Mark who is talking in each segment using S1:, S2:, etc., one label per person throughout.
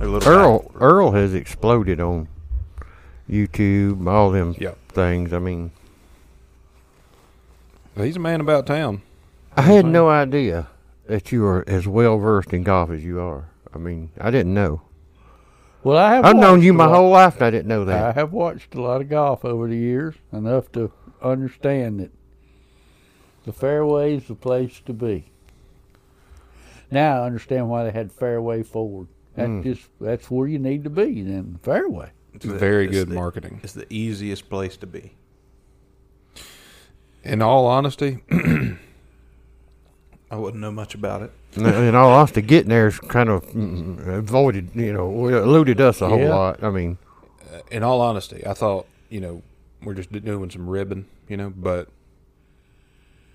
S1: a little
S2: Earl
S1: backward.
S2: Earl has exploded on YouTube, all them
S1: Yep.
S2: things. I mean,
S1: He's a man about town.
S2: I had no idea that you were as well versed in golf as you are. I mean, I didn't know.
S3: Well, I have.
S2: I've known
S3: watched
S2: you
S3: a
S2: my
S3: lot-
S2: whole life, and I didn't know
S3: I
S2: that.
S3: have watched a lot of golf over the years, enough to understand that the fairway's the place to be. Now I understand why they had fairway forward. That's
S2: Hmm.
S3: just that's where you need to be then fairway.
S1: It's very
S4: it's
S1: good
S4: the-
S1: marketing.
S4: It's the easiest place to be.
S1: In all honesty,
S4: I wouldn't know much about it.
S2: And and all us to getting there is kind of mm, avoided, you know, eluded us a whole
S3: Yeah.
S2: lot. I mean,
S1: in all honesty, I thought you know we're just doing some ribbon, you know, but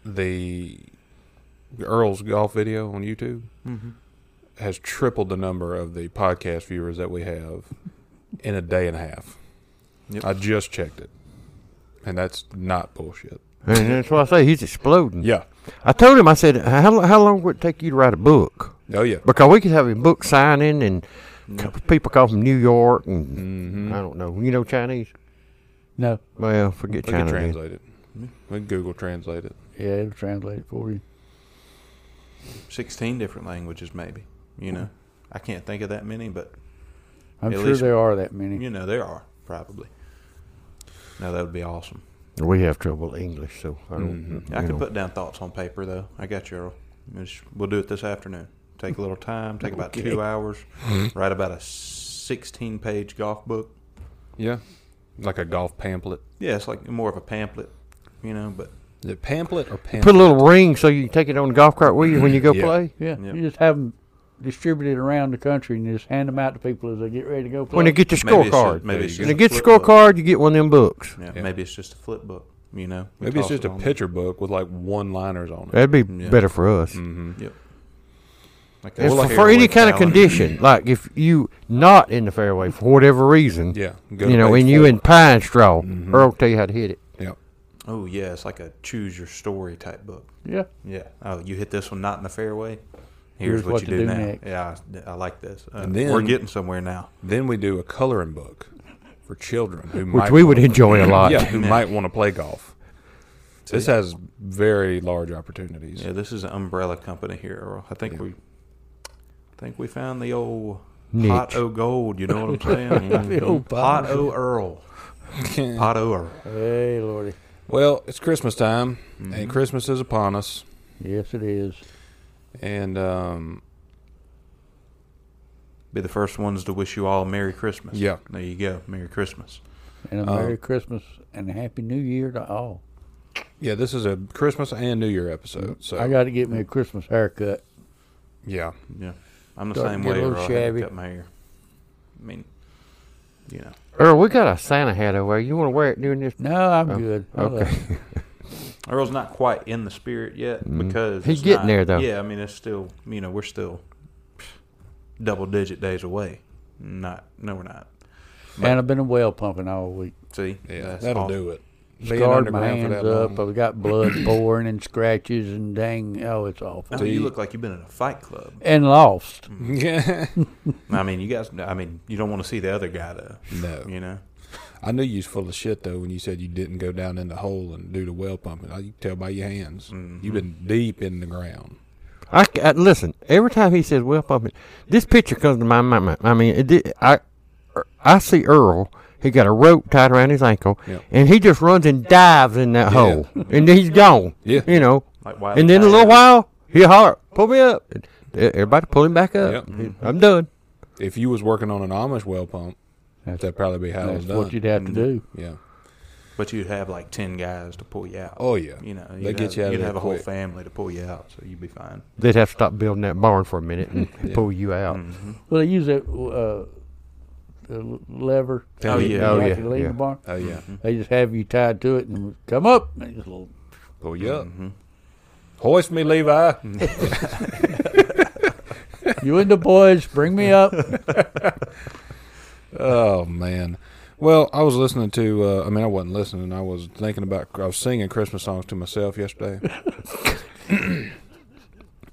S1: the Earl's golf video on YouTube has tripled the number of the podcast viewers that we have in a day and a half.
S4: Yep.
S1: I just checked it, and that's not bullshit.
S2: and that's why I say he's exploding.
S1: Yeah.
S2: I told him, I said, how, lo- how long would it take you to write a book?
S1: Oh yeah.
S2: Because we could have a book signing and co-
S3: Mm.
S2: people come from New York and
S3: Mm-hmm.
S2: I don't know, you know Chinese.
S3: No,
S2: Well, forget
S1: We can
S2: China. then.
S1: translate it. We can Google translate it.
S3: yeah, it'll translate it for you.
S4: Sixteen different languages, maybe. You know, I can't think of that many, but
S3: I'm
S4: At
S3: sure
S4: least-
S3: there are that many.
S4: you know there are probably. No, that would be awesome.
S2: We have trouble with English, so I don't. you
S4: I could
S2: know.
S4: put down thoughts on paper though. I got you, Earl. We'll just- We'll do it this afternoon. Take a little time. Take about two hours. write about a sixteen-page golf book.
S1: Yeah. Like a golf pamphlet.
S4: Yeah, it's like more of a pamphlet, you know. But
S1: Is it pamphlet or pamphlet?
S2: put a little ring so you can take it on the golf cart with you when you go
S1: Yeah.
S2: play.
S3: Yeah,
S4: Yep.
S3: you just have them distributed around the country and you just hand them out to people as they get ready to go play.
S2: When they get your
S4: maybe it's
S2: scorecard.
S4: just- maybe it's just
S2: When they
S4: a
S2: get your
S4: flip book.
S2: scorecard, you get one of them books.
S4: Yeah,
S1: Yeah.
S4: maybe it's just a flip book. You know, We
S1: Maybe it's
S4: toss
S1: just a
S4: it on
S1: picture book with like one liners on it.
S2: That'd be
S4: Yeah.
S2: better for us.
S1: Mm-hmm.
S4: Yep. Like
S2: And
S4: a
S2: for, for
S4: fairway
S2: any kind of
S4: calendar.
S2: condition, like if you not in the fairway for whatever reason,
S1: Yeah. Go to
S2: you know,
S1: page
S2: and you
S1: four.
S2: in pine straw, Earl will tell you how to hit it.
S1: Yep.
S4: Oh yeah, it's like a choose your story type book.
S3: yeah,
S4: Yeah. Oh, you hit this one not in the fairway. Here's, what, you do, now.
S3: next.
S4: Yeah, I, I like this. Uh,
S1: And then-
S4: we're getting somewhere now.
S1: Then we do a coloring book for children who
S2: Which
S1: might
S2: we would
S1: wanna-
S2: enjoy a lot.
S1: Yeah, who might want to play golf. This has very large opportunities.
S4: Yeah, this is an umbrella company here. Earl. I think we, I think we found the old
S2: Niche.
S4: pot o gold. You know what I'm saying? Mm-hmm.
S3: The old pot
S4: pot o Earl.
S1: Yeah.
S4: Pot o Earl.
S3: hey lordy,
S1: well, it's Christmas time,
S4: Mm-hmm.
S1: and Christmas is upon us,
S3: yes it is.
S1: and um,
S4: Be the first ones to wish you all Merry Christmas.
S1: Yeah.
S4: There you go. Merry Christmas.
S3: And a Merry Christmas and a Happy New Year to all.
S1: yeah, this is a Christmas and New Year
S2: Mm-hmm.
S1: episode. So
S3: I got to get me a Christmas haircut.
S1: yeah,
S4: Yeah. I'm the
S3: Starting
S4: same
S3: to get
S4: way.
S3: a
S4: Earl.
S3: little
S4: I had to
S3: shabby.
S4: cut my hair. I mean, you know,
S2: Earl, we got a Santa hat over there. You want to wear it during this?
S3: No, I'm good. I
S2: okay.
S3: love it.
S4: Earl's not quite in the spirit yet
S3: Mm-hmm.
S4: because
S2: He's
S4: it's
S2: getting
S4: not-
S2: there, though.
S4: Yeah, I mean, it's still you know we're still double digit days away. Not no, we're not.
S3: and I've been well pumping all week.
S4: See,
S1: yeah,
S4: That's
S1: that'll
S4: awesome.
S1: do it.
S3: Scarred my
S1: underground for
S3: hands
S1: that
S3: up.
S1: long.
S3: I've got blood pouring and scratches and dang, oh, it's awful.
S4: Oh, you look like you've been in a fight club.
S3: And lost.
S1: Yeah,
S4: I mean, you guys. I mean, you don't want to see the other guy, though.
S1: No.
S4: you know.
S1: I knew you was full of shit though when you said you didn't go down in the hole and do the well pumping. I you can tell by your hands. You've been deep in the ground.
S2: I, c- I- listen. Every time he says "well pumping," this picture comes to my mind. I mean, it, did- I I see Earl. He got a rope tied around his ankle,
S1: Yeah.
S2: and he just runs and dives in that hole, and then he's gone.
S1: Yeah.
S2: you know.
S4: Like Wile E.
S2: and then in a little
S4: Coyote.
S2: while, he holler, "Pull me up!" And e- everybody pull him back up.
S1: Yep.
S2: He- I'm done.
S1: If you was working on an Amish well pump,
S3: That's,
S1: that'd probably be how it
S3: that's
S1: was done.
S3: what you'd have to do.
S1: Yeah.
S4: But you'd have like ten guys to pull you out.
S1: Oh, yeah.
S4: you know.
S1: They
S4: you'd
S1: get
S4: have-
S1: you out of
S4: You'd
S1: there
S4: have a
S1: quick.
S4: whole family to pull you out, so you'd be fine.
S2: They'd have to stop building that barn for a minute and pull you out.
S4: Mm-hmm.
S3: Well, they use that uh, the lever.
S4: Oh, yeah.
S2: Oh,
S3: Like
S2: yeah,
S3: you leave
S2: yeah.
S3: the barn.
S1: Oh yeah.
S3: They just have you tied to it and come up. And they just little,
S1: Pull you up. Mm-hmm.
S4: Mm-hmm.
S1: Hoist me, Levi.
S3: you and the boys, bring me up.
S1: Oh man. Well, I was listening to. Uh, I mean, I wasn't listening. I was thinking about. I was singing Christmas songs to myself yesterday.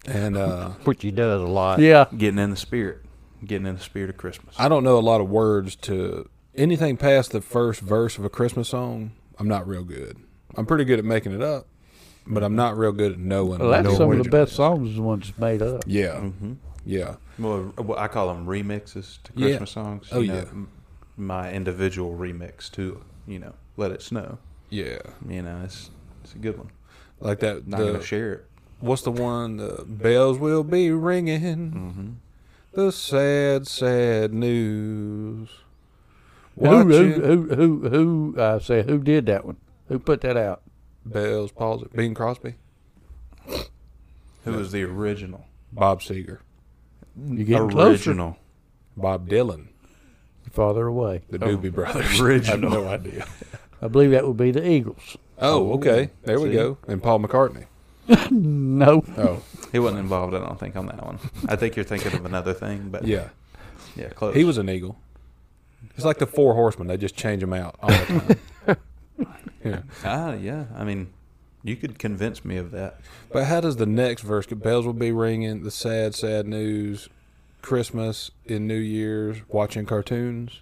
S1: and uh,
S2: Which he does a lot.
S3: yeah.
S4: Getting in the spirit. getting in the spirit of Christmas.
S1: I don't know a lot of words to anything past the first verse of a Christmas song. I'm not real good. I'm pretty good at making it up, but I'm not real good at knowing.
S3: Well, that's
S1: no
S3: some of the
S1: original.
S3: best songs is the ones that's made up.
S1: Yeah,
S4: mm-hmm.
S1: yeah.
S4: Well, well, I call them remixes to
S1: Yeah.
S4: Christmas songs.
S1: Oh,
S4: you know,
S1: yeah.
S4: m- my individual remix to you know, "Let It Snow."
S1: Yeah,
S4: You know, it's it's a good one.
S1: like that.
S4: Not
S1: The,
S4: gonna share it.
S1: what's the one? The bells will be ringing.
S4: Mm-hmm.
S1: The sad, sad news.
S3: Who, who,
S1: Watching
S3: who, who, who, I say, who did that one? Who put that out?
S1: bells pause it. Bing Crosby,
S4: Who was the original?
S1: Bob Seger,
S3: You getting closer?
S4: original.
S1: Bob Dylan,
S3: Farther away.
S1: the
S4: Oh,
S1: Doobie Brothers.
S4: original.
S1: I have no idea.
S3: I believe that would be the Eagles.
S1: Oh,
S4: Oh,
S1: okay. There we
S4: see?
S1: go. And Paul McCartney.
S3: No.
S1: Oh,
S4: He wasn't involved. I don't think on that one. I think you're thinking of another thing. But
S1: yeah.
S4: yeah, close.
S1: He was an eagle. It's like the four horsemen. They just change them out all the time. yeah.
S4: Ah, yeah. I mean, you could convince me of that.
S1: But how does the next verse? get? Bells will be ringing. The sad, sad news. Christmas in New Year's. Watching cartoons.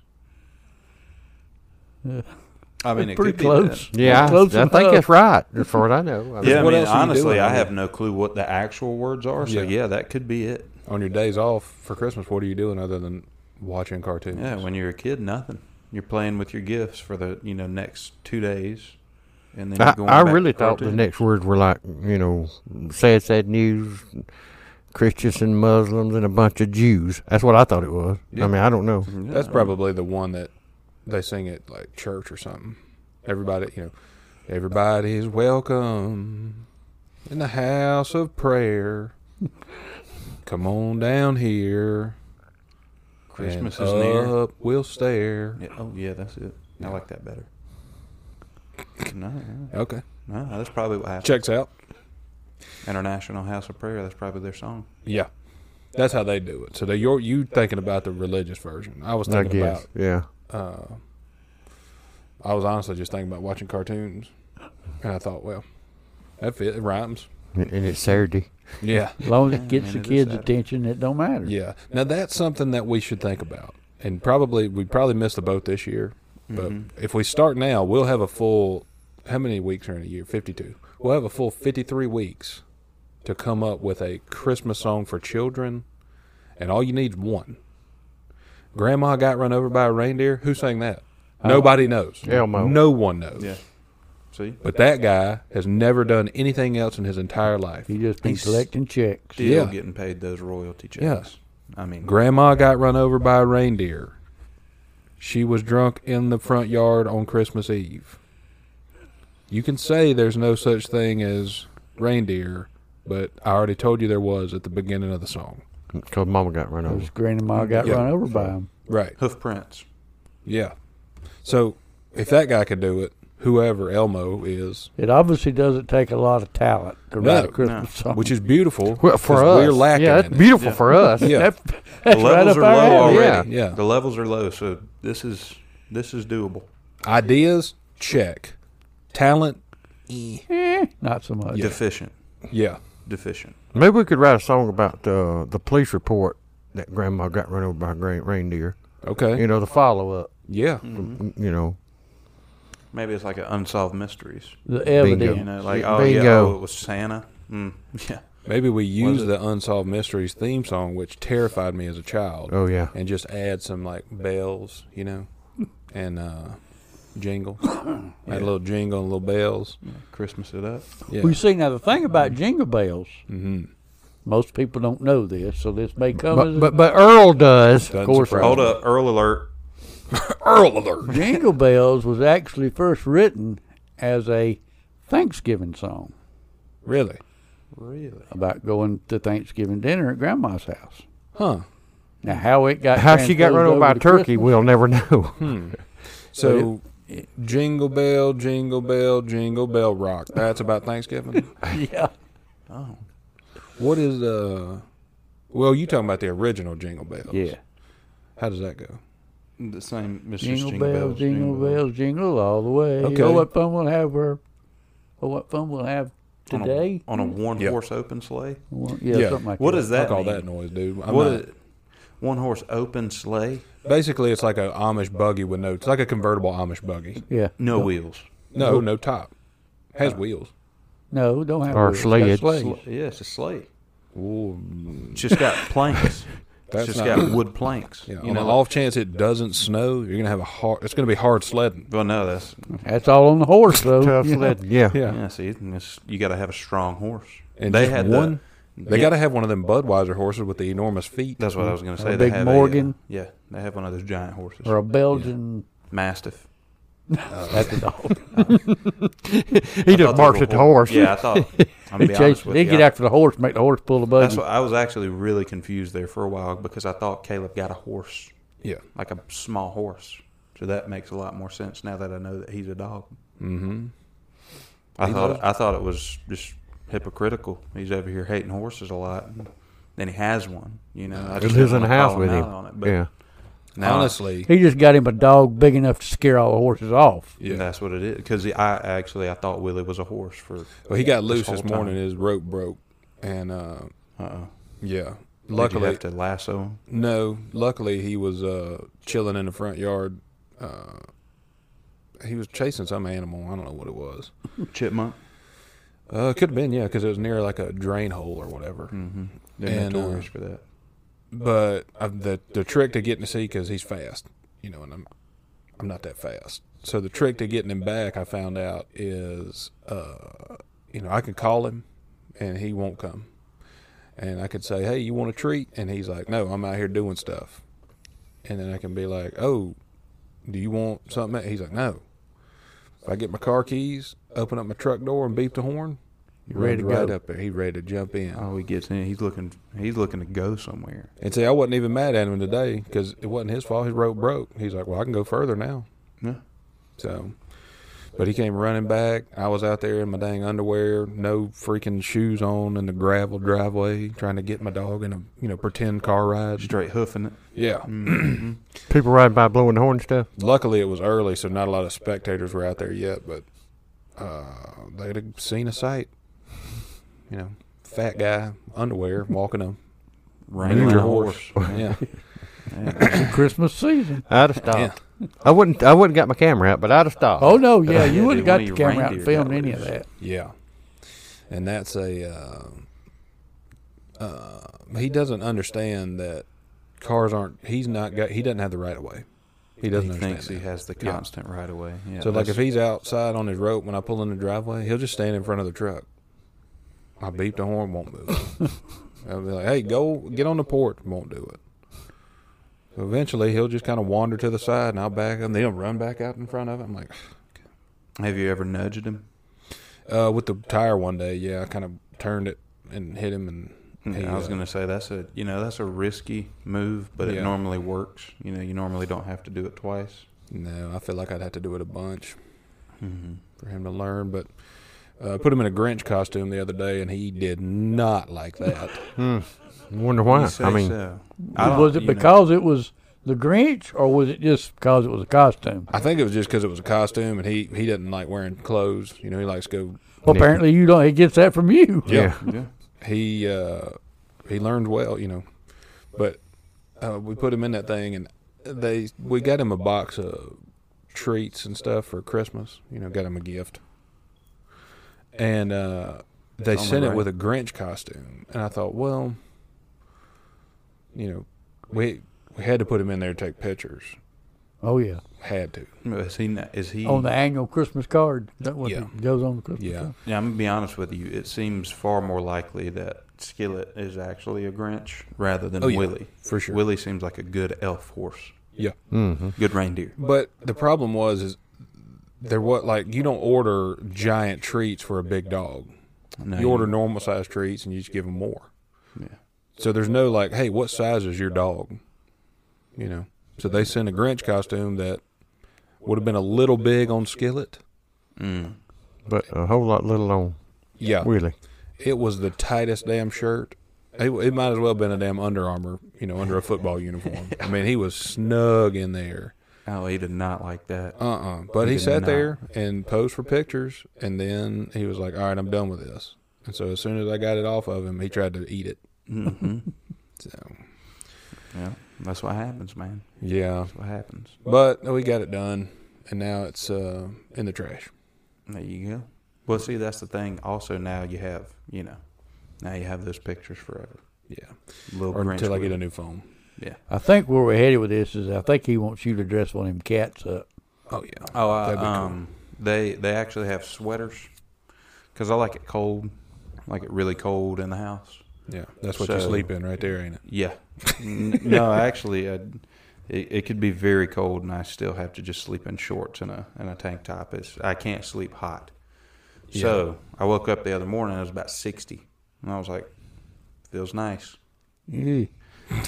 S4: I mean, it
S3: pretty
S4: could be
S3: close.
S4: that.
S2: Yeah, I, I
S3: Close
S2: think
S3: enough.
S2: that's right, as far as I know. I mean,
S4: Yeah, I
S1: What
S4: mean,
S1: else are you
S4: honestly,
S1: doing?
S4: I have no clue what the actual words are. So
S1: Yeah.
S4: yeah. that could be it.
S1: On your days off for Christmas, what are you doing other than watching cartoons?
S4: Yeah, when you're a kid, nothing. You're playing with your gifts for the you know next two days, and then you're
S2: I,
S4: going
S2: I
S4: back
S2: really
S4: to
S2: thought the
S4: cartoons.
S2: next words were like, you know, sad, sad news, Christians and Muslims and a bunch of Jews. That's what I thought it was.
S1: Yeah.
S2: I mean, I don't know.
S4: Yeah,
S1: That's
S4: I mean,
S1: probably the one that they sing at like church or something. Everybody, you know, everybody's welcome in the house of prayer. Come on down here.
S4: oh, Christmas
S1: and
S4: is near.
S1: Up we'll stare.
S4: Yeah, oh yeah, that's it. I like that better. No, no,
S1: Okay,
S4: no, that's probably what happened.
S1: checks out.
S4: International House of Prayer. That's probably their song.
S1: Yeah, that's how they do it. So they, you're you thinking about the religious version. I was
S2: I
S1: thinking
S2: guess.
S1: about.
S2: Yeah.
S1: Uh, I was honestly just thinking about watching cartoons, and I thought, well, that fit. It rhymes.
S2: And, and it's Saturday.
S1: Yeah.
S3: As long as it
S4: Yeah,
S3: gets
S4: man,
S3: the
S4: it is
S3: kids'
S4: Saturday.
S3: attention, it don't matter.
S1: Yeah. Now that's something that we should think about, and probably we probably missed the boat this year. But
S4: Mhm.
S1: if we start now, we'll have a full. How many weeks are in a year? Fifty-two. We'll have a full fifty-three weeks to come up with a Christmas song for children, and all you need's one. Grandma got run over by a reindeer. Who sang that?
S3: Oh.
S1: Nobody knows.
S2: Elmo.
S1: No one knows.
S4: Yeah. See,
S1: But that guy has never done anything else in his entire life.
S3: He just been
S4: He's-
S3: collecting checks.
S4: still
S1: Yeah.
S4: getting paid those royalty checks.
S1: Yes.
S4: I mean,
S1: Grandma got run over by a reindeer. She was drunk in the front yard on Christmas Eve. You can say there's no such thing as reindeer, but I already told you there was at the beginning of the song.
S2: Because Mama got run over.
S3: His grandma got
S1: Yeah.
S3: run over by him.
S1: Right.
S4: hoof prints.
S1: Yeah. So if that guy could do it, whoever Elmo is,
S3: It obviously doesn't take a lot of talent to
S1: No,
S3: write a Christmas song.
S1: which is beautiful.
S2: Well, for
S1: 'cause
S2: us.
S1: We're lacking
S2: yeah,
S1: in
S2: that's
S1: it.
S2: beautiful for us.
S1: Yeah.
S3: That- that's
S4: the
S3: right
S4: levels
S3: up
S4: are
S3: our
S4: low
S3: alley.
S2: yeah.
S4: already.
S1: Yeah.
S4: The levels are low, so this is this is doable.
S1: Ideas, check. Talent,
S3: Eh, not so much.
S4: Deficient,
S1: yeah.
S4: deficient.
S2: Maybe we could write a song about uh, the police report that Grandma got run over by a gra- reindeer. You
S1: Okay.
S2: know, the follow up.
S1: Yeah.
S2: You know,
S4: Maybe it's like an unsolved mysteries.
S3: The
S2: Bingo.
S4: You
S3: evidence.
S4: know, like
S2: Bingo.
S4: oh yeah, oh, it was Santa. Mm, yeah,
S1: Maybe we use
S4: it?
S1: the Unsolved Mysteries theme song, which terrified me as a child,
S2: oh, yeah.
S1: and just add some like bells, you know, and uh, jingle. Add a little jingle and little bells.
S4: Christmas it up.
S1: Yeah.
S3: We see now the thing about jingle bells.
S1: Mhm.
S3: Most people don't know this, so this may come as
S2: But,
S3: a
S2: but, but Earl does.
S1: Doesn't
S2: of course.
S1: surprise
S4: Hold
S1: me.
S4: up, Earl alert.
S1: Earl alert.
S3: Jingle Bells was actually first written as a Thanksgiving song
S1: Really?
S4: Really?
S3: about going to Thanksgiving dinner at Grandma's house.
S1: Huh.
S3: Now, how it got
S2: How she got
S3: transposed
S2: run over by a
S3: to
S2: turkey,
S3: Christmas,
S2: we'll never know.
S1: So, jingle bell, jingle bell, jingle bell rock. That's about Thanksgiving.
S3: yeah,
S4: Oh,
S1: what is uh? Well, you talking about the original jingle bells?
S3: yeah.
S1: How does that go?
S4: the same. Mrs.
S3: Jingle, bells, jingle bells, jingle all the way.
S1: Okay.
S3: Oh, what fun we'll have her! Oh, what fun we'll have
S4: On a-
S3: today!
S4: on a one
S1: Yeah.
S4: horse open sleigh.
S3: Well, yeah,
S1: Yeah.
S3: something like
S4: What
S3: that.
S4: does
S1: Fuck
S4: that
S1: all
S4: mean?
S1: that noise, dude. I'm
S4: What
S1: not-
S4: is- one horse open sleigh,
S1: Basically, it's like a Amish buggy with no. It's like a convertible Amish buggy.
S3: Yeah.
S4: no wheels.
S1: No, no top. Has wheels.
S3: No, don't have
S2: Or
S3: wheels.
S2: sleds.
S3: Got
S4: Sle- yeah, it's a sleigh.
S1: Ooh,
S4: It's just got planks.
S1: That's
S4: it's just
S1: not-
S4: got wood planks.
S1: you know,
S4: you
S1: on the
S4: know,
S1: off chance it doesn't snow, you're gonna have a hard. It's gonna be hard sledding.
S4: well, no, that's
S3: That's all on the horse, though.
S2: Tough
S3: Yeah.
S2: sled. Oh, Yeah.
S4: yeah. See, it's, you got to have a strong horse.
S1: And
S4: they
S1: just
S4: had the-
S1: one. they
S4: yeah.
S1: got to have one of them Budweiser horses with the enormous feet.
S4: That's what I was going to
S3: A
S4: say.
S3: big
S4: they have a, uh,
S3: Morgan.
S4: yeah, they have one of those giant horses.
S3: Or a Belgian.
S4: Mastiff.
S3: That's a dog.
S2: He just barks at the horse.
S4: Yeah, I thought. I'm gonna
S3: He
S4: be honest
S3: chased.
S4: with
S3: They
S4: you,
S3: get
S4: I-
S3: after the horse, make the horse pull the
S4: That's
S3: buggy.
S4: what I was actually really confused there for a while because I thought Caleb got a horse,
S1: Yeah.
S4: like a small horse. So that makes a lot more sense now that I know that he's a dog.
S1: Mm-hmm.
S4: I
S1: He
S4: thought
S1: loves-
S4: I thought it was just hypocritical. He's over here hating horses a lot, and then he has one. You know, I
S2: He
S4: just
S2: lives in
S4: didn't wanna
S2: the house
S4: call
S2: with him.
S4: out on it, but
S2: yeah.
S4: now
S1: Honestly,
S3: He just got him a dog big enough to scare all the horses off.
S1: yeah.
S4: that's what it is. Because I actually I thought Willie was a horse for.
S1: Well, he got
S4: This
S1: loose this,
S4: whole
S1: morning.
S4: time.
S1: His rope broke, and uh,
S4: Uh-oh.
S1: yeah.
S4: Luckily,
S1: Luckily,
S4: have to lasso him.
S1: no. Luckily, he was uh, chilling in the front yard. Uh, he was chasing some animal. I don't know what it was.
S4: chipmunk.
S1: Uh, could have been yeah, because it was near like a drain hole or whatever.
S4: Mm-hmm. They're
S1: And, uh,
S4: notorious for that.
S1: but uh, the the trick to getting to see because he's fast, you know, and I'm I'm not that fast. So the trick to getting him back, I found out, is uh, you know I can call him, and he won't come, and I could say, hey, you want a treat, and he's like, no, I'm out here doing stuff, and then I can be like, oh, do you want something? He's like, no. If I get my car keys, open up my truck door, and beep the horn, he
S3: ready to
S1: runs right
S3: go.
S1: up there. He's ready to jump in.
S4: Oh, he gets in. He's looking. He's looking to go somewhere.
S1: And see, I wasn't even mad at him today because it wasn't his fault. His rope broke. He's like, well, I can go further now.
S4: Yeah.
S1: So, but he came running back. I was out there in my dang underwear, no freaking shoes on, in the gravel driveway, trying to get my dog in a you know pretend car ride.
S4: Straight hoofing it.
S1: Yeah.
S2: People ride by blowing the horn and stuff.
S1: Luckily, it was early, so not a lot of spectators were out there yet. But uh, they'd have seen a sight. You know, fat guy, underwear, walking a
S4: Wrangling
S1: Ranger
S4: a horse.
S1: yeah,
S4: Yeah.
S3: Christmas season.
S2: I'd have stopped.
S1: yeah.
S4: Oh,
S2: I wouldn't. I wouldn't got my camera out, but I'd have stopped.
S3: Oh no,
S4: Yeah,
S3: yeah, you wouldn't
S4: dude,
S3: got
S4: one
S3: the
S4: of your
S3: camera out and
S4: reindeer
S3: filmed
S4: got
S3: any of
S4: loose.
S3: that.
S1: Yeah, and that's a uh, uh, he doesn't understand that cars aren't. He's not got. He doesn't have the right of way. He doesn't
S4: he
S1: understand.
S4: thinks he
S1: that.
S4: has the
S1: Yeah.
S4: constant right of way. Yeah,
S1: so like if
S4: that's-
S1: he's outside on his rope when I pull in the driveway, he'll just stand in front of the truck. I beep the horn, won't move. I'll be like, "Hey, go get on the porch," won't do it. So eventually, he'll just kind of wander to the side, and I'll back him. Then he'll run back out in front of him. I'm like,
S4: have you ever nudged him?
S1: uh, with the tire one day, yeah, I kind of turned it and hit him, and
S4: Yeah,
S1: he,
S4: Hmm, I was
S1: uh,
S4: going to say that's a you know that's a risky move, but
S1: Yeah.
S4: it normally works. You know, you normally don't have to do it twice.
S1: No, I feel like I'd have to do it a bunch for him to learn. But uh, put him in a Grinch costume the other day, and he did not like that.
S2: Wonder why?
S4: You say
S2: I mean,
S4: so. I don't-
S3: Was it
S4: you know,
S3: because it was the Grinch, or was it just because it was a costume?
S1: I think it was just because it was a costume, and he he doesn't like wearing clothes. You know, he likes to go.
S3: Well,
S2: Yeah.
S3: apparently you don't. He gets that from you.
S2: yeah.
S4: yeah.
S1: He uh, he learned well, you know, but uh, we put him in that thing, and they we got him a box of treats and stuff for Christmas. You know, got him a gift, and uh, they
S4: Only
S1: sent it
S4: right.
S1: with a Grinch costume, and I thought, well, you know, we we had to put him in there to take pictures,
S3: Oh yeah,
S1: had to.
S4: Is he? not- Is he?
S3: on the annual Christmas card. Is that what
S1: Yeah.
S3: it goes on the Christmas
S1: Yeah.
S3: card?
S4: Yeah, I'm gonna be honest with you. It seems far more likely that Skillet is actually a Grinch rather than
S1: Oh, yeah,
S4: Willie.
S1: for sure.
S4: Willie seems like a good elf horse,
S1: Yeah.
S2: Mm-hmm.
S4: good reindeer.
S1: But the problem was is there what like you don't order giant treats for a big dog.
S4: No,
S1: you order normal size treats and you just give them more.
S4: Yeah.
S1: So there's no like, hey, what size is your dog? You know. So they sent a Grinch costume that would have been a little big on Skillet.
S4: Mm.
S2: But a whole lot little on
S1: Yeah,
S2: Willie.
S1: it was the tightest damn shirt. It, it might as well have been a damn Under Armour, you know, under a football uniform. I mean, he was snug in there.
S4: Oh, he did not like that.
S1: Uh uh But he,
S4: He did
S1: sat
S4: not.
S1: there and posed for pictures, and then he was like, "All right, I'm done with this." And so as soon as I got it off of him, he tried to eat it.
S4: hmm
S1: So
S4: Mm-hmm. Yeah. That's what happens, man.
S1: Yeah,
S4: That's what happens.
S1: but we got it done, and now it's uh, in the trash.
S4: There you go. Well, see, that's the thing. Also, now you have, you know, now you have those pictures forever.
S1: Yeah,
S4: Little
S1: or
S4: Grinch
S1: until I
S4: with
S1: get a
S4: it.
S1: new phone.
S4: Yeah.
S3: I think where we're headed with this is I think he wants you to dress one of them cats up.
S1: Oh yeah.
S4: Oh, I,
S1: That'd be cool.
S4: um, they they actually have sweaters because I like it cold, like it really cold in the house.
S1: Yeah, that's what you
S4: So-
S1: sleep in right there, ain't it?
S4: Yeah. N- no, actually, i it, it could be very cold, and I still have to just sleep in shorts and a and a tank top. It's, I can't sleep hot. So I woke up the other morning. It was about sixty, and I was like, "Feels nice."
S3: Yeah.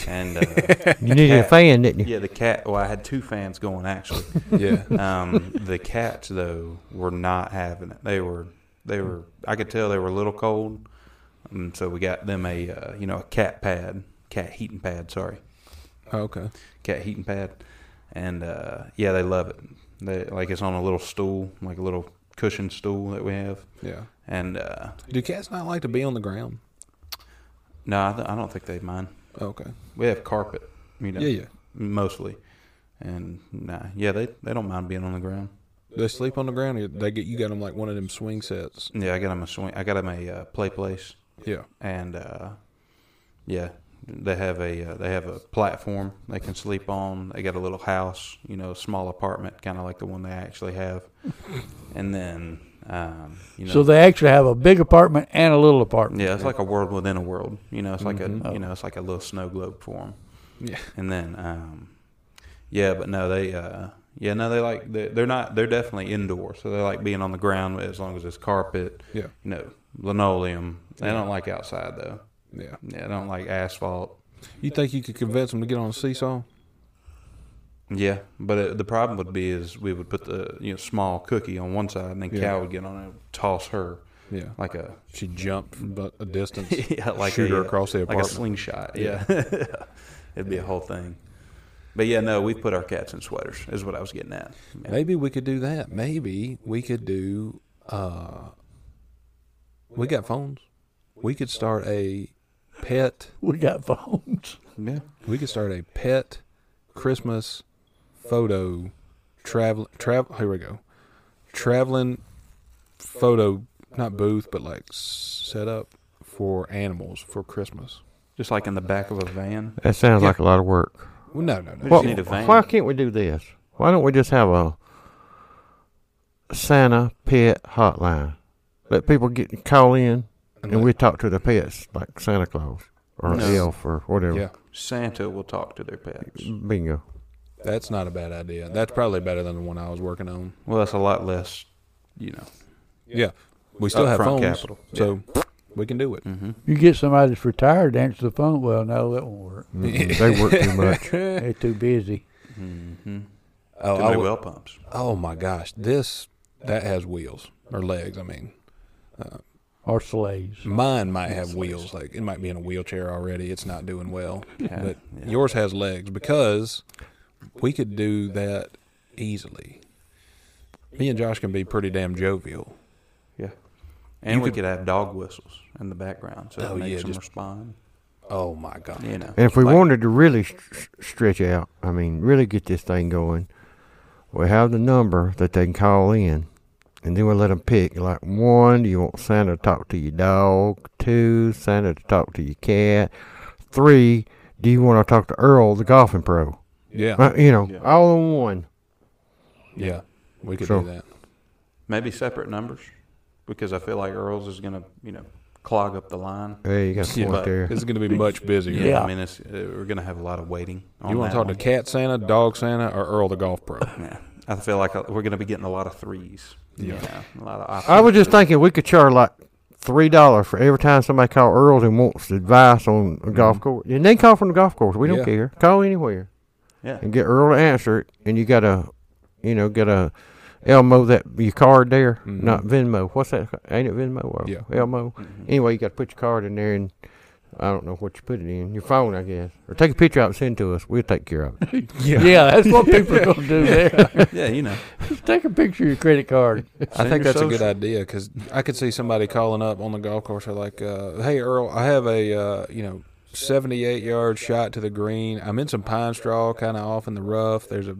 S4: And uh,
S2: You needed a
S4: cat-
S2: fan, didn't you?
S4: yeah, the cat. Well, I had two fans going actually.
S1: Yeah.
S4: Um, the cats though were not having it. They were they were. I could tell they were a little cold, and so we got them a uh, you know a cat pad, cat heating pad. Sorry,
S1: Oh, okay.
S4: cat heating pad, and uh, yeah, they love it. They like it's on a little stool, like a little cushion stool that we have,
S1: Yeah.
S4: and uh,
S1: Do cats not like to be on the ground? Oh,
S4: no, I, th- I don't think they mind.
S1: Okay.
S4: We have carpet, you know,
S1: Yeah, yeah.
S4: mostly, and nah, yeah, they they don't mind being on the ground.
S1: They sleep on the ground. Or they get you got them like one of them swing sets.
S4: Yeah, I got them a swing. I got them a uh, play place.
S1: Yeah.
S4: and uh, yeah, they have a uh, they have a platform they can sleep on. They got a little house, you know, a small apartment, kind of like the one they actually have. And then, um, you know,
S3: So they actually have a big apartment and a little apartment.
S4: yeah, it's like a world within a world. You know, it's like a
S1: Mhm.
S4: you know, it's like a little snow globe for them.
S1: Yeah.
S4: And then, um, yeah, but no, they uh, yeah, no, they like they're, they're not they're definitely indoor, so they like being on the ground as long as it's carpet,
S1: Yeah.
S4: you know, linoleum. They don't like outside though.
S1: Yeah.
S4: Yeah, they don't like asphalt.
S1: You think you could convince them to get on a seesaw?
S4: Yeah, but uh the problem would be is we would put the you know small cookie on one side, and then
S1: Yeah.
S4: Cal would get on it, and toss her
S1: Yeah.
S4: like a
S1: She jumped from bu- a distance.
S4: yeah, like
S1: shoot
S4: a,
S1: her
S4: uh,
S1: across the
S4: like a
S1: apartment.
S4: slingshot. Yeah, it'd be a whole thing. But yeah, no, we put our cats in sweaters. Is what I was getting at. Yeah.
S1: Maybe we could do that. Maybe we could do. uh We got phones. We could start a pet.
S3: We got phones.
S4: Yeah,
S1: We could start a pet Christmas photo travel travel. Here we go. Traveling photo, not booth, but like set up for animals for Christmas.
S4: just like in the back of a van.
S2: That sounds
S1: Yeah.
S2: like a lot of work.
S1: Well, no, no, no.
S4: We just
S2: Well,
S4: need a van.
S2: Why can't we do this? Why don't we just have a Santa pet hotline? Let people get call in and we talk to the pets like Santa Claus or
S4: No.
S2: elf or whatever.
S1: Yeah,
S4: Santa will talk to their pets.
S2: Bingo.
S1: that's not a bad idea. That's probably better than the one I was working on.
S4: Well, that's a lot less, you know.
S1: Yeah, we still have
S4: Upfront
S1: phones,
S4: capital.
S1: so we can do it.
S4: hmm
S3: You get somebody that's retired to answer the phone. Well, no, that won't work.
S2: Mm-mm, they work too much.
S3: They're too busy.
S4: hmm
S1: Oh,
S4: Too
S1: I
S4: many
S1: would-
S4: well pumps.
S1: oh my gosh, this that has wheels or legs. I mean,
S3: Or sleighs.
S1: mine might have wheels. Like it might be in a wheelchair already. It's not doing well,
S4: Yeah,
S1: but
S4: yeah.
S1: yours has legs because we could do that easily. Me and Josh can be pretty damn jovial.
S4: Yeah. And
S1: You
S4: we
S1: could-
S4: could, have dog whistles in the background, so
S1: Oh,
S4: it makes
S1: yeah,
S4: them
S1: just-
S4: respond.
S1: Oh my god.
S4: You know,
S2: And if we
S4: Like-
S2: wanted to really st- st- stretch out, I mean, really get this thing going, we have the number that they can call in, and then we let them pick. Like one, you want Santa to talk to your dog. Two, Santa to talk to your cat. Three, do you want to talk to Earl, the golfing pro?
S1: Yeah,
S2: Uh, you know,
S4: Yeah.
S2: all in one.
S1: yeah, we could
S2: Sure.
S1: do that.
S4: maybe separate numbers because I feel like Earl's is gonna, you know, clog up the line.
S2: There you got a
S4: Yeah,
S2: point
S4: but
S2: there.
S1: This is going to be much busier.
S3: Yeah.
S4: I mean, it's, uh, we're gonna have a lot of waiting. On
S1: You want to talk to Cat Santa, Dog Santa, or Earl the Golf Pro?
S4: to? Yeah, I feel like uh, we're gonna be getting a lot of threes.
S1: Yeah.
S4: Yeah, a lot of. Options.
S2: I was just thinking we could charge like three dollars for every time somebody calls Earl and wants advice on a golf course. And they call from the golf course. We don't
S1: Mm-hmm. Yeah.
S2: care. Call anywhere
S4: Yeah,
S2: and get Earl to answer it. And you got to, you know, got to Elmo that your card there,
S1: Mhm.
S2: not Venmo. What's that? Ain't it Venmo? Or
S1: Yeah.
S2: Elmo.
S4: Mm-hmm.
S2: Anyway, you got to put your card in there and. I don't know what you put it in. Your phone, I guess. Or take a picture out and send it to us. We'll take care of it.
S3: Yeah, that's what people are going to do there.
S4: yeah, you know.
S3: Just take a picture of your credit card.
S1: I
S4: Send
S1: think
S4: your
S1: that's a good
S4: social.
S1: idea because I could see somebody calling up on the golf course, they're like, uh, "Hey Earl, I have a uh, you know 78 yard shot to the green. I'm in some pine straw, kind of off in the rough. There's a,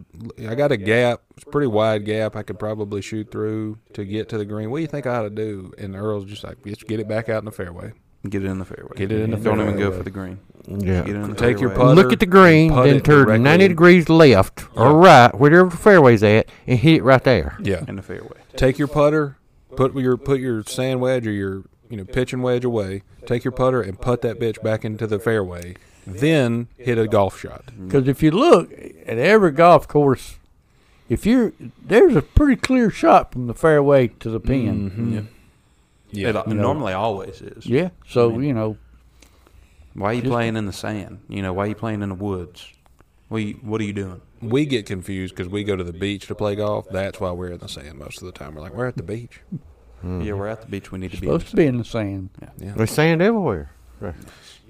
S1: I got a gap. It's a pretty wide gap. I could probably shoot through to get to the green. What do you think I ought to do? And Earl's just like, just get it back out in the fairway.
S4: Get it in the fairway.
S1: Get it in the
S4: Don't even go
S1: fairway.
S4: for the green. Get it
S2: Yeah.
S4: in the
S1: Take your
S4: fairway.
S1: putter,
S2: Look at the green,
S1: putt
S2: then
S1: it
S2: turn
S1: directly.
S2: 90 degrees left or right, wherever the fairway's at, and hit it right there.
S1: Yeah.
S4: in the fairway.
S1: Take your putter, put your put your sand wedge or your you know pitching wedge away. Take your putter and put that bitch back into the fairway. Then hit a golf shot.
S3: Because if you look at every golf course, if you there's a pretty clear shot from the fairway to the pin.
S1: Yeah.
S4: It, normally always is.
S3: Yeah. So you know,
S4: Why are you
S3: Just-
S4: playing in the sand? You know, why are you playing in the woods? What are you, what are you doing?
S1: we get confused because we go to the beach to play golf. That's why we're in the sand most of the time. We're like, we're at the beach. Mm.
S4: Yeah, we're at the beach. We need to be. in
S3: supposed
S4: the
S3: to be in the sand.
S2: There's sand everywhere.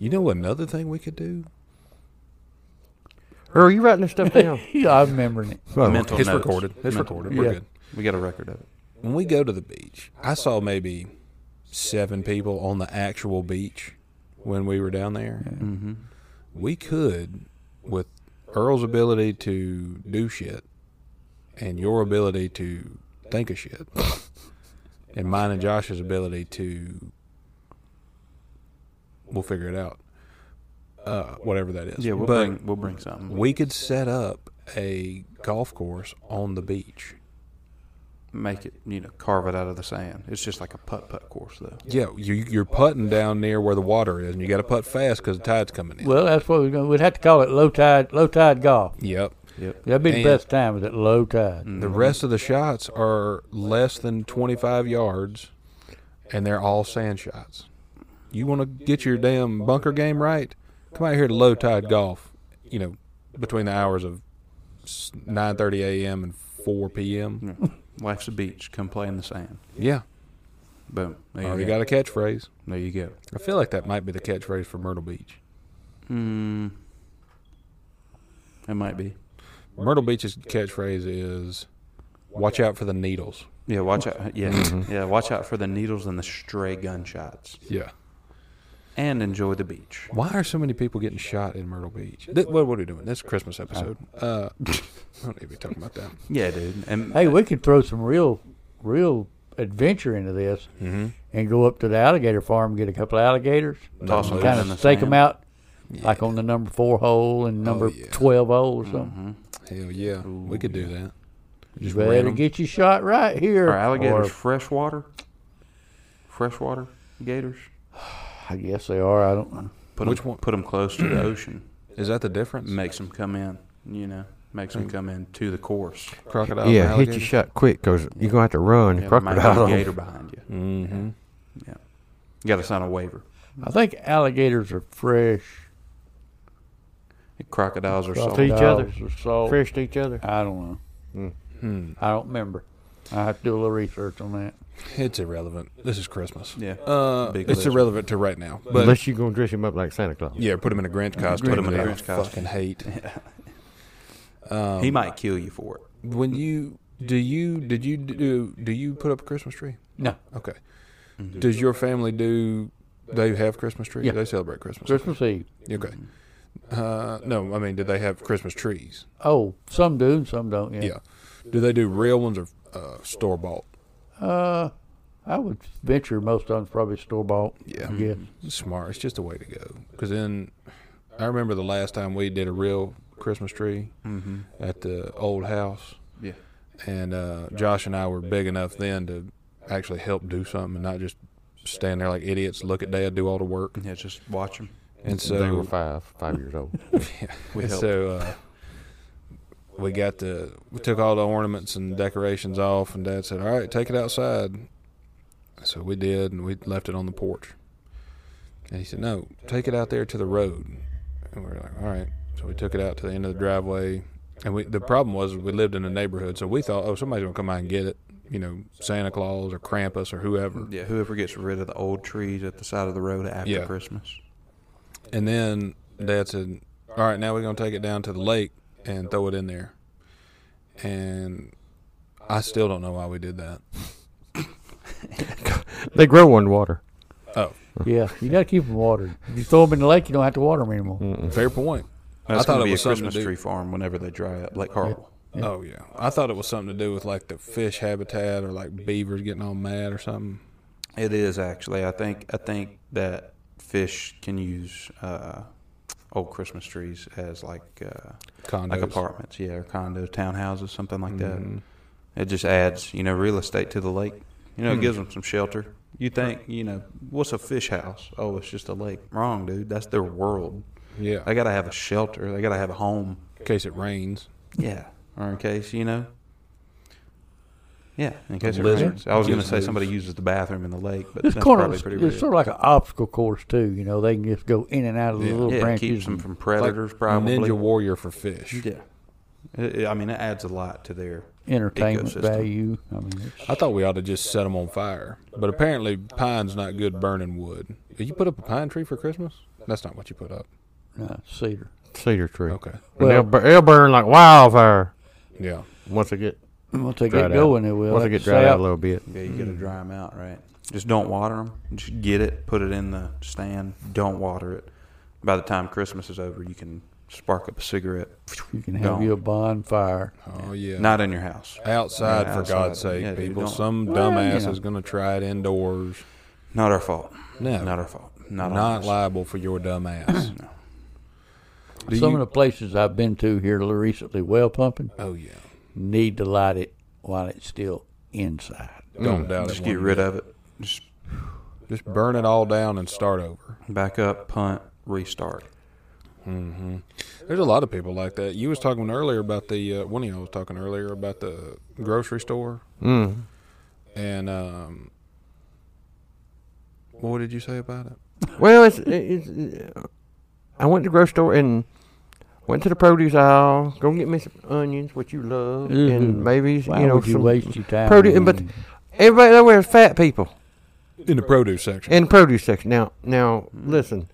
S1: You know another thing we could do?
S2: Earl, you writing this stuff down?
S3: Yeah, I'm remembering it.
S2: Oh,
S4: Mental
S1: it's
S4: notes.
S1: recorded. It's
S4: Mental-
S1: recorded. We're
S3: Yeah.
S1: good.
S4: We got a record of it.
S1: When we go to the beach, I saw maybe seven people on the actual beach when we were down there.
S4: Mm-hmm.
S1: We could, with Earl's ability to do shit and your ability to think of shit, and mine and Josh's ability to, we'll figure it out. Uh, whatever that is.
S4: Yeah, we'll
S1: But-
S4: bring we'll bring something.
S1: We could set up a golf course on the beach.
S4: make it, you know, carve it out of the sand. It's just like a putt putt course though.
S1: Yeah, you, you're putting down near where the water is, and you got to putt fast because the tide's coming in.
S3: Well, that's what we're going. to We'd have to call it low tide. Low tide golf.
S1: Yep.
S3: That'd be
S1: And-
S3: the best time. Is at low tide.
S1: The rest of the shots are less than 25 yards, and they're all sand shots. You want to get your damn bunker game right? Come out here to low tide golf. You know, between the hours of s- 9:30 a.m. and 4 p.m.
S4: Life's a beach. Come play in the sand.
S1: Yeah, Oh,
S4: Boom. There you
S1: already
S4: go.
S1: got a catchphrase.
S4: There you go.
S1: I feel like that might be the catchphrase for Myrtle Beach.
S4: Mm. It might be.
S1: Myrtle Beach's catchphrase is "Watch out for the needles."
S4: Yeah, watch out. Yeah,
S1: Mm-hmm.
S4: yeah. Watch out for the needles and the stray gunshots,
S1: Yeah.
S4: and enjoy the beach.
S1: Why are so many people getting shot in Myrtle Beach? Th- what, what are we doing? This Christmas episode. Uh, I don't need to be talking about that.
S4: Yeah, dude. And
S3: Hey, we could throw some real, real adventure into this,
S4: Mm-hmm.
S3: and go up to the alligator farm and get a couple of alligators,
S4: Toss 'em
S3: kind
S4: in the
S3: of stake them
S4: sand. Oh,
S3: out, like on the number four hole and number
S1: yeah.
S3: twelve hole or
S4: Mm-hmm.
S3: something.
S1: Hell yeah, we could do that.
S3: You
S1: Just
S3: better
S1: random-
S3: get your shot right here.
S4: are alligators
S3: or-
S4: freshwater? Freshwater gators.
S3: I guess they are. I don't know.
S4: Put
S1: Which
S4: them,
S1: one?
S4: close to the ocean.
S1: Is that the difference?
S4: Makes them come in. You know, makes them come in to the course.
S1: Crocodile.
S2: yeah, hit your shot quick because you're going to have to run.
S4: Yeah, there might be
S2: crocodile.
S4: a gator behind you.
S1: Mm-hmm.
S4: Yeah, you got to sign a waiver.
S3: I think alligators are fresh.
S4: Crocodiles are
S2: To each
S4: salty.
S2: other.
S3: Crocodiles are salt.
S2: Fresh to each other.
S3: I don't know.
S1: Hmm.
S3: I don't remember. I have to do a little research on that.
S1: It's irrelevant. This is Christmas.
S4: Yeah.
S1: Uh,
S4: Big
S1: it's
S4: list.
S1: irrelevant to right now. But
S2: Unless you're going to dress him up like Santa Claus.
S1: yeah, put him in a Grinch costume.
S4: him in a
S1: that I
S4: Grinch costume.
S1: Fucking hate.
S4: he might kill you for it.
S1: When you do you did you do do you put up a Christmas tree?
S3: No,
S1: Okay. Does your family do? They have Christmas trees.
S3: Yeah.
S1: They celebrate Christmas.
S3: Christmas Eve.
S1: Okay. Uh, no, I mean, do they have Christmas trees?
S3: Oh, some do and some don't. Yeah.
S1: Yeah. Do they do real ones or uh, store bought?
S3: Uh, I would venture most of them's probably store bought.
S1: Yeah.
S3: I guess.
S1: Mm-hmm. Smart. It's just a way to go. Because then, I remember the last time we did a real Christmas tree
S4: Mm-hmm.
S1: at the old house,
S4: Yeah.
S1: and uh, Josh and I were big enough then to actually help do something and not just stand there like idiots, look at Dad do all the work.
S4: Yeah, just watch them.
S1: And so
S2: they were five, five years old.
S4: We
S1: And
S4: helped.
S1: so uh, we got the we took all the ornaments and decorations off, and Dad said, "All right, take it outside." So we did, and we left it on the porch. And he said, "No, take it out there to the road." And we were like, "All right." So we took it out to the end of the driveway, and we the problem was we lived in a neighborhood, so we thought, "Oh, somebody's gonna come out and get it." You know, Santa Claus or Krampus or whoever.
S4: Yeah, whoever gets rid of the old trees at the side of the road after
S1: Yeah.
S4: Christmas.
S1: And then Dad said, "All right, now we're gonna take it down to the lake and throw it in there." And I still don't know why we did that.
S2: they grow underwater.
S1: Oh,
S3: Yeah, you got to keep them watered. If you throw them in the lake, you don't have to water them anymore.
S1: Fair point.
S4: That's
S1: I thought
S4: going to
S1: it
S4: be a
S1: was something to
S4: Christmas
S1: do.
S4: tree farm whenever they dry up, like Harwell.
S1: Oh yeah, I thought it was something to do with like the fish habitat or like beavers getting all mad or something.
S4: It is actually. I think I think that fish can use uh, old Christmas trees as like uh,
S1: Condos. Mm-hmm.
S4: like apartments, yeah, or condo townhouses, something like that. It just adds, you know, real estate to the lake. You
S1: Hmm.
S4: know, it gives them some shelter. You think, you know, what's a fish house? Oh, it's just a lake. Wrong, dude. That's their world.
S1: Yeah,
S4: They got to have a shelter. They got to have a home.
S1: in case it rains.
S4: Yeah. Or in case, you know. Yeah, in case it rains.
S1: Lizards.
S4: I was going to
S1: Lizards.
S4: say somebody uses the bathroom in the lake, but
S3: This
S4: that's
S3: corner
S4: probably
S3: is
S4: pretty
S3: it's
S4: rare.
S3: sort of like an obstacle course too. You know, they can just go in and out of the
S1: Yeah.
S3: little
S4: Yeah, it
S3: branches.
S4: keeps them
S3: and-
S4: from predators, probably.
S1: Ninja warrior for fish.
S4: Yeah. It- it- I mean, it adds a lot to their
S3: entertainment
S4: ecosystem.
S3: value. I mean, it's,
S1: I thought we ought to just set them on fire, but apparently pine's not good burning wood. Did you put up a pine tree for Christmas? That's not what you put up.
S3: no, it's cedar.
S2: Cedar tree.
S1: Okay.
S2: And
S3: Well-
S2: they'll, bur- they'll burn like wildfire
S1: Yeah.
S2: once they get
S3: Once they
S2: dried
S3: get going,
S2: out.
S3: they will.
S2: Once they
S3: Like
S2: get
S3: the
S2: dried out
S3: south-
S2: a little bit.
S4: Yeah, you
S3: Hmm.
S4: got to dry them out, right? Just don't water them. Just get it, put it in the stand. Don't water it. By the time Christmas is over, you can spark up a cigarette.
S3: You can have
S4: Don't.
S3: you a bonfire.
S1: Oh yeah.
S4: Not in your house.
S1: outside,
S4: Yeah,
S1: for
S4: outside.
S1: God's sake,
S4: Yeah, dude,
S1: people.
S4: don't-
S1: Some
S3: Well, you
S1: dumbass
S3: know.
S1: is gonna try it indoors.
S4: Not our fault.
S1: No.
S4: Not our fault. Not,
S1: Not,
S4: ours.
S1: liable for your dumbass. Do
S3: Some
S1: you-
S3: of the places I've been to here recently, well pumping,
S1: oh yeah.
S3: need to light it while it's still inside.
S1: Don't doubt
S4: Just
S1: it.
S4: get
S1: one
S4: rid
S1: bit.
S4: of it. Just
S1: Just burn it all down and start over.
S4: back up, punt, restart.
S1: Mm-hmm. There's a lot of people like that. You was talking earlier about the uh, one of y'all was talking earlier about the grocery store
S2: Mm.
S1: and um, what did you say about it?
S2: Well, it's, it's, I went to the grocery store and went to the produce aisle. Go get me some onions, which you love,
S3: Mhm.
S2: and maybe
S3: Why
S2: you know
S3: would you
S2: some
S3: waste your time?
S2: produce. But everybody there was fat people
S1: In the produce section.
S2: in the produce section. Now, now
S3: Mm-hmm.
S2: listen,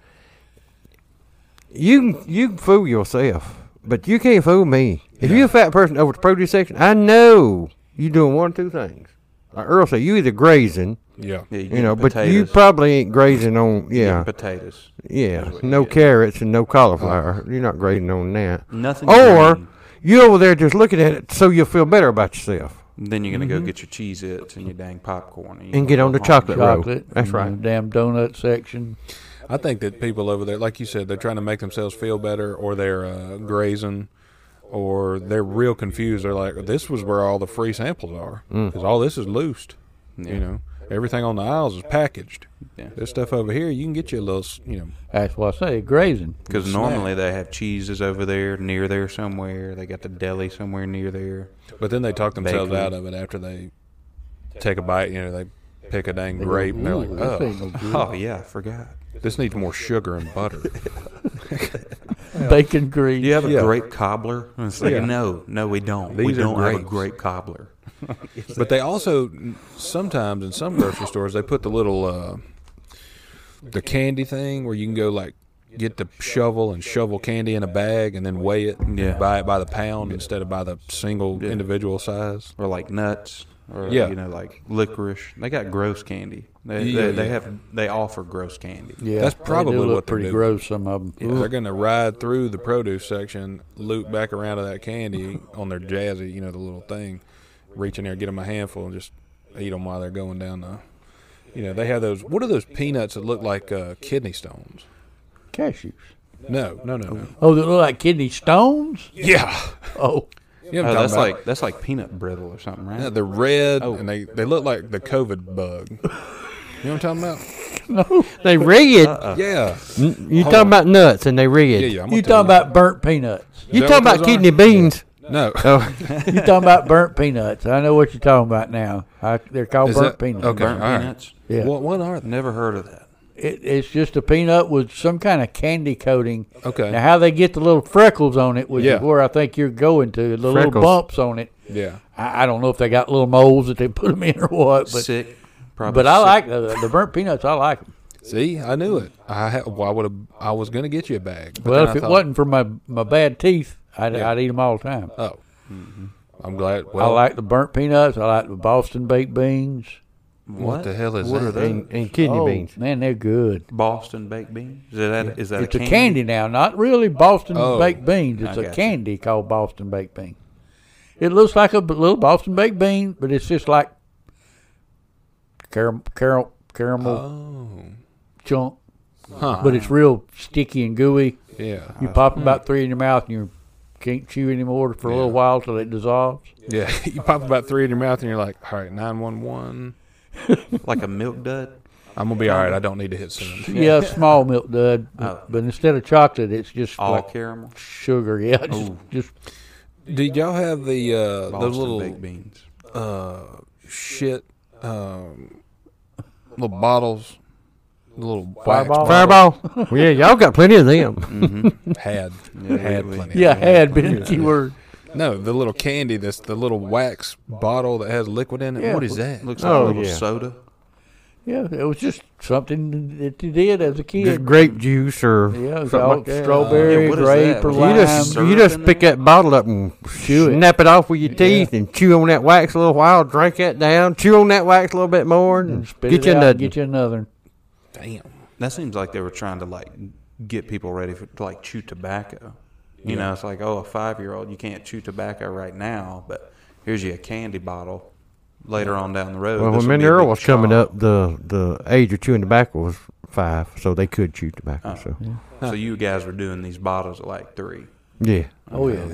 S2: you can you can fool yourself, but you can't fool me. If you're a fat person over at the produce section, I know you're doing one or two things. Like Earl said, you either grazing,
S1: yeah.
S4: Yeah,
S2: you know,
S4: get
S2: but you
S4: potatoes.
S2: probably ain't grazing on
S4: You get
S2: yeah.
S4: potatoes.
S2: Yeah,
S4: That's what
S2: no
S4: you get.
S2: carrots and no cauliflower. You're not grading on that.
S4: Nothing.
S2: Or
S4: green.
S2: you over there just looking at it so you'll feel better about yourself.
S4: then you're gonna go get your cheese its and your dang popcorn you're
S2: And
S4: gonna
S2: get on
S4: go home.
S2: the chocolate roll.
S3: chocolate.
S2: That's
S3: and the
S2: right.
S3: Damn donut section.
S1: I think that people over there, like you said, they're trying to make themselves feel better, or they're uh, grazing, or they're real confused. They're like, "This was where all the free samples are,
S3: Mm.
S1: because all this is loosed.
S4: Yeah.
S1: You know, everything on the aisles is packaged.
S4: Yeah.
S1: This stuff over here, you can get you a little, s- you know,
S3: That's why I say grazing.
S4: Because
S1: Snack.
S4: normally they have cheeses over there, near there somewhere. They got the deli somewhere near there.
S1: But then they talk themselves
S4: Bakery.
S1: out of it after they take a bite. You know, they pick a dang
S3: They go,
S1: grape and they're
S3: "Ooh,
S1: like,
S3: this
S1: "Oh,
S3: ain't no good."
S4: Oh yeah, I forgot.
S1: this needs more sugar and butter."
S3: Bacon grease.
S4: Do you have a
S1: Yeah.
S4: grape cobbler? And it's like,
S1: Yeah.
S4: no, no, we don't. we
S1: These are
S4: don't have a
S1: grapes.
S4: grape cobbler.
S1: but they also sometimes in some grocery stores they put the little uh, the candy thing where you can go like get the shovel and shovel candy in a bag and then weigh it. and
S4: Yeah.
S1: Buy it by the pound instead of by the single
S4: Yeah.
S1: individual size.
S4: Or like nuts. Or
S1: Yeah.
S4: you know, like licorice. They got gross candy. They,
S1: Yeah,
S4: they, they
S1: yeah.
S4: have they offer gross candy.
S3: Yeah,
S1: That's
S3: they do
S1: probably
S3: look
S1: what they're
S3: pretty
S1: doing.
S3: gross. Some of them.
S1: They're gonna ride through the produce section, loop back around to that candy on their jazzy, you know, the little thing, reach in there, get them a handful, and just eat them while they're going down the. You know, they have those. What are those peanuts that look like uh, kidney stones?
S3: Cashews.
S1: No, no, no, no.
S3: Oh, they look like kidney stones.
S1: Yeah,
S3: Oh,
S1: you know what I'm
S4: Oh,
S1: talking
S4: that's
S1: about.
S4: like that's like peanut brittle or something, right?
S1: Yeah, they're red
S4: Oh.
S1: and they they look like the COVID bug. You know what I'm talking about?
S2: They red.
S1: Yeah,
S2: N- You
S1: uh-uh. Hold
S2: talking
S1: on.
S2: about nuts and they red.
S1: yeah, yeah. I'm gonna
S3: you
S1: tell
S3: talking about burnt peanuts?
S2: You
S1: Is that
S2: talking
S1: what
S2: about
S1: those are?
S2: kidney beans?
S1: no?
S2: Oh,
S3: you talking about burnt peanuts? I know what you're talking about now. I, they're called
S1: Is
S3: burnt
S1: that-
S3: peanuts.
S1: okay.
S4: Burnt
S1: all right.
S4: peanuts.
S3: Yeah,
S1: What what are they?
S4: Never heard of that.
S3: it, it's just a peanut with some kind of candy coating.
S1: Okay,
S3: Now, how they get the little freckles on it, which
S1: Yeah.
S3: is where I think you're going to, the little
S2: Freckles.
S3: bumps on it.
S1: yeah.
S3: I, I don't know if they got little moles that they put them in or what, but
S4: sick. Probably
S3: but I
S4: sick.
S3: like the, the burnt peanuts. I like them.
S1: See, I knew it. I ha- well, I would have. I was gonna get you a bag. but
S3: Well,
S1: then
S3: if
S1: I
S3: it
S1: thought,
S3: wasn't for my my bad teeth, I'd,
S1: Yeah.
S3: I'd eat them all the time.
S1: Oh, I'm glad. Well,
S3: I like the burnt peanuts. I like the Boston baked beans.
S1: What, the hell is
S4: What
S1: that?
S4: are they?
S2: and, and kidney
S3: oh,
S2: beans.
S3: Man, they're good.
S4: Boston baked beans? Is that is that
S3: It's
S4: a
S3: a
S4: candy?
S3: candy? now, not really Boston
S1: Oh,
S3: baked beans. It's
S4: I
S3: a
S4: gotcha.
S3: candy called Boston baked bean. It looks like a b- little Boston baked bean, but it's just like caram- caram- caramel
S1: Oh, Uh-huh.
S3: chunk,
S1: huh?
S3: but it's real sticky and gooey.
S1: yeah,
S3: You pop about three in your mouth, and you can't chew anymore for a little
S1: Yeah.
S3: while till it dissolves.
S1: yeah. you pop about three in your mouth, and you're like, "All right, nine one one.
S4: Like a milk dud?
S1: I'm gonna be all right. I don't need to hit send."
S3: Yeah, small milk dud, but,
S4: Oh.
S3: but instead of chocolate, it's just
S4: All
S3: like
S4: caramel?
S3: sugar. Yeah, just,
S4: Ooh.
S3: just
S1: Did y'all have the uh,
S4: Boston
S1: those little
S4: baked beans.
S1: uh, shit um, little bottles, little wax
S3: Fireball?
S2: Fireball. well, yeah, y'all got plenty of them.
S1: bottles? had
S4: Yeah,
S1: had
S4: we-
S1: plenty.
S3: yeah, had been a keyword.
S1: No, the little candy that's the little wax bottle that has liquid in it.
S3: Yeah.
S1: what is that?
S4: Looks like
S2: Oh,
S4: a little
S2: yeah.
S4: soda.
S3: Yeah, it was just something that you did as a
S2: Just
S3: kid.
S2: grape juice or
S3: Yeah, it was
S2: something
S3: all
S2: like that.
S3: strawberry,
S4: Yeah, what is
S3: grape,
S4: that?
S3: or
S4: Was
S2: You
S3: lime.
S4: it
S2: just
S4: Syrup
S2: you
S4: in
S2: just
S4: it?
S2: pick that bottle up and
S3: Chew it.
S2: snap it off with your teeth and chew on that wax a little while, drink that down, chew on that wax a little bit more, and
S3: and spit
S2: get
S3: it
S2: you
S3: out,
S2: another.
S3: get you another.
S1: Damn.
S4: That seems like they were trying to like get people ready for to like chew tobacco. You know, it's like oh, a five year old you can't chew tobacco right now, but here's you a candy bottle later on down the road.
S2: Well,
S4: This will
S2: when Minnie
S4: be a
S2: Earl
S4: big
S2: was coming
S4: chomp.
S2: up, the the age of chewing tobacco was five, so they could chew tobacco.
S4: Oh.
S2: So
S4: so you guys were doing these bottles at like three.
S2: yeah,
S3: Oh yeah, yeah.